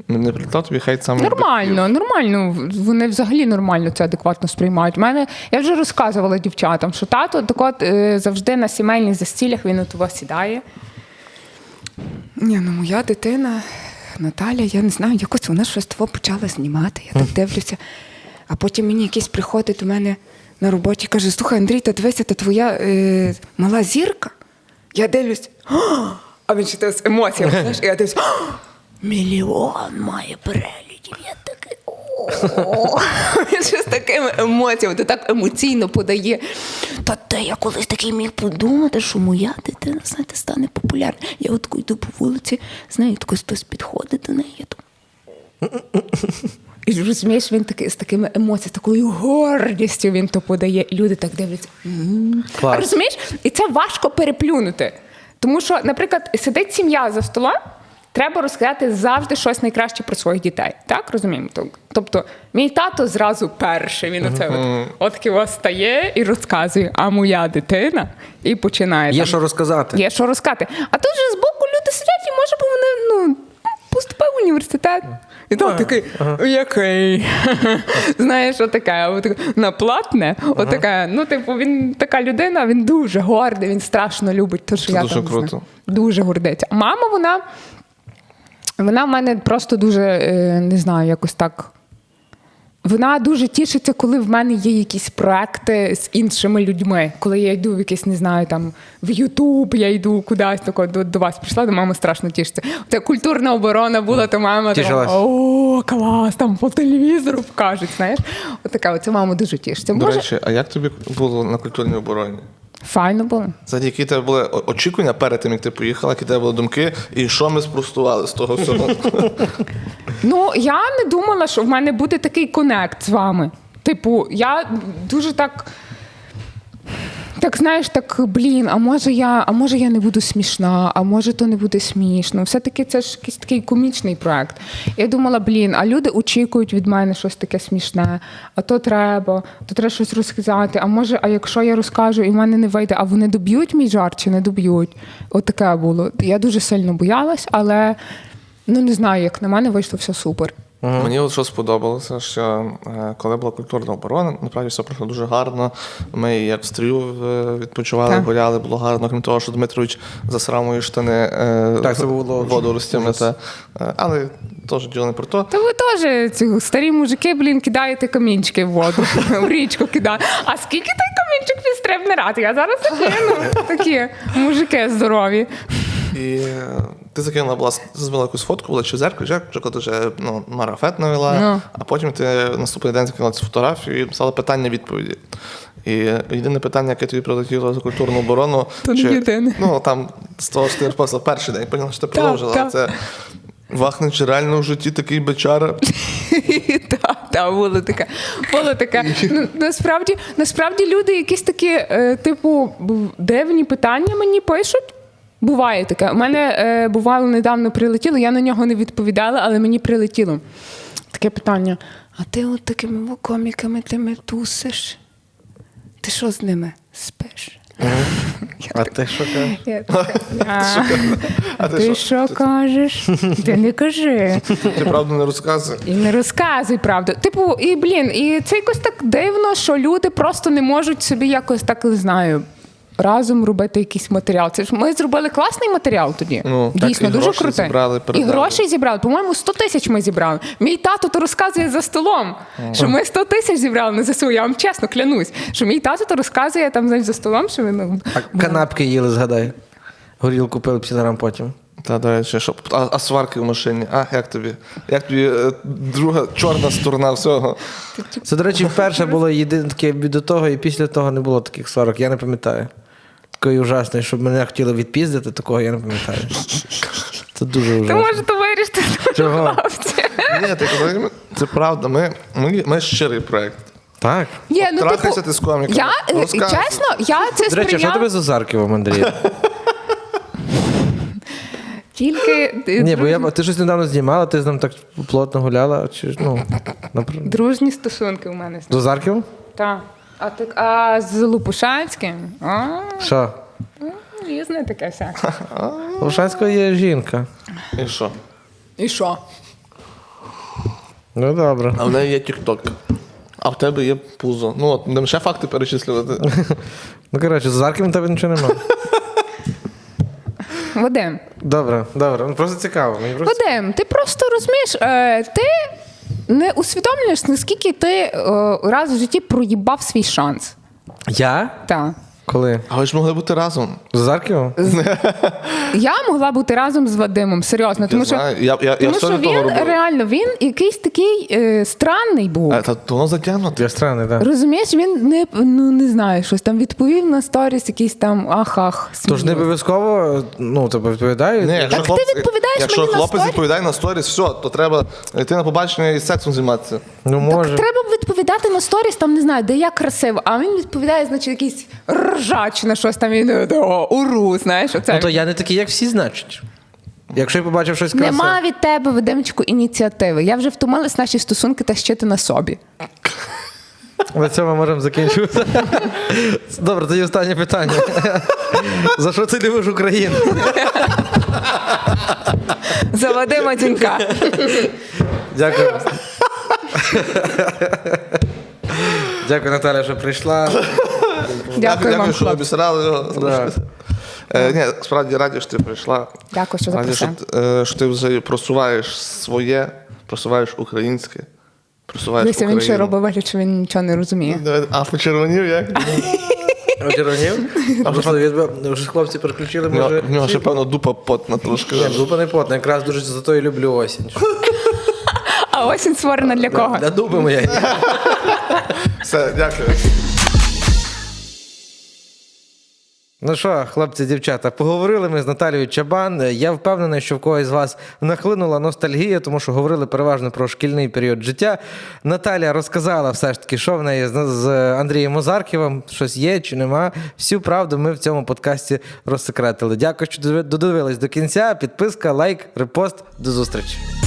[SPEAKER 3] Не- Не прилітав тобі хейт
[SPEAKER 1] Ну,
[SPEAKER 3] саме. від
[SPEAKER 2] Нормально, нормально. Вони взагалі нормально це адекватно сприймають. Мене я вже розказувала дівчатам, що тато так от е, завжди на сімейних застілях він у того сідає. Ні, ну моя дитина Наталя, я не знаю, якось вона щось того почала знімати. Я так дивлюся. А потім мені якийсь приходить до мене на роботі каже: слухай, Андрій, та дивися, та твоя е, мала зірка. Я дивлюсь, «А!» а він ще те з емоціями. Знаєш, і я дивлюсь, «А! мільйон має переглядів. Я такий. «О!» Що з такими емоціями, ти так емоційно подає. Та те, я колись такий міг подумати, що моя дитина, знаєте, стане популярна. Я от тако йду по вулиці, знаю, от когось хтось підходить до неї. Я думаю, і розумієш, він такий з такими емоціями, такою гордістю він то подає. І люди так дивляться. «М».
[SPEAKER 1] Клас.
[SPEAKER 2] А розумієш, і це важко переплюнути. Тому що, наприклад, сидить сім'я за столом, треба розказати завжди щось найкраще про своїх дітей. Так розуміємо? Тоб- Тобто, мій тато зразу перший. Він оце от, от ківо стає і розказує, а моя дитина і починає.
[SPEAKER 1] Є
[SPEAKER 2] там,
[SPEAKER 1] що розказати.
[SPEAKER 2] Є що розказати. А тут же збоку люди сидять, і може, бо вони ну, поступив в університет. І там такий, який? Знаєш, отаке, отаке, на платне, отаке. Ну, типу, він така людина, він дуже гордий, він страшно любить те, що
[SPEAKER 3] Це
[SPEAKER 2] я
[SPEAKER 3] дуже
[SPEAKER 2] там знаю.
[SPEAKER 3] круто.
[SPEAKER 2] Дуже гордиться. А Мама, вона, вона в мене просто дуже, е, не знаю, якось так. Вона дуже тішиться, коли в мене є якісь проекти з іншими людьми. Коли я йду в якийсь, не знаю, там в Ютуб, я йду кудись тако до, до вас прийшла, до мами страшно тішиться. Це культурна оборона була, то мама
[SPEAKER 1] Тішилась.
[SPEAKER 2] там, о, клас, там по телевізору покажуть. Знаєш, отака оця мама дуже тішиться.
[SPEAKER 3] До
[SPEAKER 2] Може,
[SPEAKER 3] речі, а як тобі було на культурній обороні?
[SPEAKER 2] файно було.
[SPEAKER 3] Взагалі, які в тебе були о- очікування перед тим, як ти поїхала, які в тебе були думки, і що ми спростували з того всього?
[SPEAKER 2] Ну, я не думала, що в мене буде такий конект з вами. Типу, я дуже так. Так знаєш, так блін, а може я, а може я не буду смішна, а може то не буде смішно. Все-таки це ж якийсь такий комічний проект. Я думала, блін, а люди очікують від мене щось таке смішне, а то треба, то треба щось розказати. А може, а якщо я розкажу і в мене не вийде, а вони доб'ють мій жарт чи не доб'ють? От таке було. Я дуже сильно боялась, але ну не знаю, як на мене вийшло все супер.
[SPEAKER 3] Мені от що сподобалося, що е, коли була культурна оборона, насправді все пройшло дуже гарно. Ми і як стрію е, відпочивали,
[SPEAKER 2] Так.
[SPEAKER 3] гуляли, було гарно. Крім того, що Дмитрович засрав мої штани е,
[SPEAKER 1] Так, це було
[SPEAKER 3] водоростями. Та, е, але теж діло не про то.
[SPEAKER 2] Та ви теж ці старі мужики, блін, кидаєте камінчики в воду, в річку кидаєте. А скільки той камінчик підстрибне раз? Я зараз закину. Такі мужики здорові.
[SPEAKER 3] І е, ти закинула була зробила якусь фотку, була чи в зеркалі, чи як, чи коли ти вже ну, марафет навела,
[SPEAKER 2] Ну.
[SPEAKER 3] а потім ти наступний день закинула цю фотографію і писала питання-відповіді. І єдине питання, яке тобі прилетіло за культурну оборону,
[SPEAKER 2] То не єдине.
[SPEAKER 3] ну там з того, що ти розповіла перший день, поняла, що ти продовжила.
[SPEAKER 2] так.
[SPEAKER 3] Це Вахнич чи реально в житті такий бичара.
[SPEAKER 2] Та, та, було таке. Було таке. Ну, насправді, насправді люди якісь такі, е, типу, б- дивні питання мені пишуть. Буває таке. У мене е, бувало недавно прилетіло, я на нього не відповідала, але мені прилетіло. Таке питання: а ти от такими коміками тими тусиш? Ти що з ними спиш?
[SPEAKER 1] А ти що кажеш?
[SPEAKER 2] Я така, «А,
[SPEAKER 3] А ти
[SPEAKER 2] Ти
[SPEAKER 3] що?
[SPEAKER 2] що кажеш? Ти не кажи.
[SPEAKER 3] Ти правду не розказує.
[SPEAKER 2] І не розказуй правду. Типу, і блін, і це якось так дивно, що люди просто не можуть собі якось так не знаю. Разом робити якийсь матеріал. Це ж ми зробили класний матеріал тоді.
[SPEAKER 3] Ну, так,
[SPEAKER 2] Дійсно,
[SPEAKER 3] і
[SPEAKER 2] дуже
[SPEAKER 3] гроші
[SPEAKER 2] крутий.
[SPEAKER 3] зібрали,
[SPEAKER 2] і
[SPEAKER 3] передали.
[SPEAKER 2] гроші зібрали. По-моєму, 100 тисяч ми зібрали. Мій тато то розказує за столом, що ми 100 тисяч зібрали на ЗСУ. Я вам чесно клянусь, що мій тато то розказує там знаєш, за столом, що він ну,
[SPEAKER 1] А канапки їли, згадай. Горілку пили псінарам потім.
[SPEAKER 3] Та, до речі, що а, а сварки в машині. А, як тобі? Як тобі е, друга чорна сторона всього?
[SPEAKER 1] Це, до речі, вперше було єдине таке до того, і після того не було таких сварок. Я не пам'ятаю. Такої ужасної, щоб мене хотіли відпіздити, такого я не пам'ятаю. Це дуже
[SPEAKER 2] ти
[SPEAKER 1] ужасно.
[SPEAKER 2] може то вирішити.
[SPEAKER 1] Чого?
[SPEAKER 2] хлопці.
[SPEAKER 3] Ні, ти коли- це правда. Ми, ми, ми щирий проект.
[SPEAKER 1] Так.
[SPEAKER 2] Ні, ну,
[SPEAKER 3] Трахайся
[SPEAKER 2] типу,
[SPEAKER 3] ти з коміками.
[SPEAKER 2] Я е,
[SPEAKER 3] Розказуй.
[SPEAKER 2] чесно, я це
[SPEAKER 1] До речі, а що
[SPEAKER 2] сприяла
[SPEAKER 1] тебе за Зарківом, Андрій?
[SPEAKER 2] тільки е,
[SPEAKER 1] Ні, бо
[SPEAKER 2] друж-
[SPEAKER 1] я ти щось недавно знімала, ти з ним так плотно гуляла. Чи ж, ну напр-
[SPEAKER 2] дружні стосунки у мене з ним.
[SPEAKER 1] до Зарків?
[SPEAKER 2] Та. А так а з Лопушанським? А,
[SPEAKER 1] Що?
[SPEAKER 2] ну, різне таке все.
[SPEAKER 1] У Шацького є жінка.
[SPEAKER 3] І що?
[SPEAKER 2] І що?
[SPEAKER 1] Ну добре.
[SPEAKER 3] А в неї є TikTok. А в тебе є пузо. Ну от будемо ще факти перечислювати.
[SPEAKER 1] Ну коротше, з Зарківом тебе нічого немає.
[SPEAKER 2] Вадим,
[SPEAKER 1] Добре, добре. Ну просто цікаво. Мені просто
[SPEAKER 2] Вадим, ти просто розумієш, е, ти не усвідомлюєш, наскільки ти е, раз в житті проїбав свій шанс.
[SPEAKER 1] я?
[SPEAKER 2] Та.
[SPEAKER 1] Коли?
[SPEAKER 3] А ви ж могли бути разом.
[SPEAKER 1] З Зарківом?
[SPEAKER 2] Я могла бути разом з Вадимом, серйозно, тому
[SPEAKER 3] я
[SPEAKER 2] що,
[SPEAKER 3] знаю, я, я, я
[SPEAKER 2] тому
[SPEAKER 3] все
[SPEAKER 2] що
[SPEAKER 3] для того
[SPEAKER 2] він
[SPEAKER 3] робив.
[SPEAKER 2] реально він якийсь такий е, странний був.
[SPEAKER 3] А, та то воно затягнуте.
[SPEAKER 1] Я странний, так.
[SPEAKER 2] Розумієш, він не ну не знаю, щось там відповів на сторіс, якийсь там ахах.
[SPEAKER 1] Тож не обов'язково, ну, тебе відповідають.
[SPEAKER 3] Ні, якщо
[SPEAKER 2] ти
[SPEAKER 3] хлопець,
[SPEAKER 2] відповідаєш
[SPEAKER 3] якщо
[SPEAKER 2] мені на
[SPEAKER 3] хлопець
[SPEAKER 2] сторі?
[SPEAKER 3] відповідає на сторіс, все, то треба йти на побачення і сексом займатися.
[SPEAKER 1] Ну, може.
[SPEAKER 2] Так треба б відповідати на сторіс, там не знаю, де я красива, а він відповідає, значить, якийсь ржач на щось там. Він о, уру, знаєш, оце.
[SPEAKER 1] Ну, то я не такий, як всі, значить. Якщо я побачив щось красиве.
[SPEAKER 2] Нема від тебе, Вадимчику, ініціативи. Я вже втомилась наші стосунки та щити на собі.
[SPEAKER 1] На цьому можемо закінчувати. Добре, тоді останнє питання. За що ти любиш Україну?
[SPEAKER 2] За Вадима Дінька.
[SPEAKER 1] Дякую. Дякую, Наталя, що прийшла.
[SPEAKER 2] Дякую вам,
[SPEAKER 3] що
[SPEAKER 2] хлопці.
[SPEAKER 3] обісрали його.
[SPEAKER 1] Да.
[SPEAKER 3] Е, Ні, справді раді, що ти прийшла.
[SPEAKER 2] Дякую, що
[SPEAKER 3] Раді, що,
[SPEAKER 2] запросили.
[SPEAKER 3] е, що ти вже просуваєш своє, просуваєш українське, просуваєш
[SPEAKER 2] Дивіться, він
[SPEAKER 3] Україну.
[SPEAKER 2] ще робить вигляд, що він нічого не розуміє.
[SPEAKER 3] Давай, А почервонів як?
[SPEAKER 1] Червонів? Вже хлопці переключили,
[SPEAKER 3] В нього-
[SPEAKER 1] може.
[SPEAKER 3] В нього ще, певно, дупа потна трошки.
[SPEAKER 1] Ні, дупа не потна, якраз дуже за то і люблю осінь.
[SPEAKER 2] А осінь створена для кого?
[SPEAKER 1] Для дуби моєї.
[SPEAKER 3] Все, дякую.
[SPEAKER 1] Ну що, хлопці, дівчата, поговорили ми з Наталією Чабан. Я впевнений, що в когось з вас нахлинула ностальгія, тому що говорили переважно про шкільний період життя. Наталія розказала все ж таки, що в неї з, з Андрієм Озарківим, щось є чи нема. Всю правду ми в цьому подкасті розсекретили. Дякую, що додивились до кінця. Підписка, лайк, репост. До зустрічі.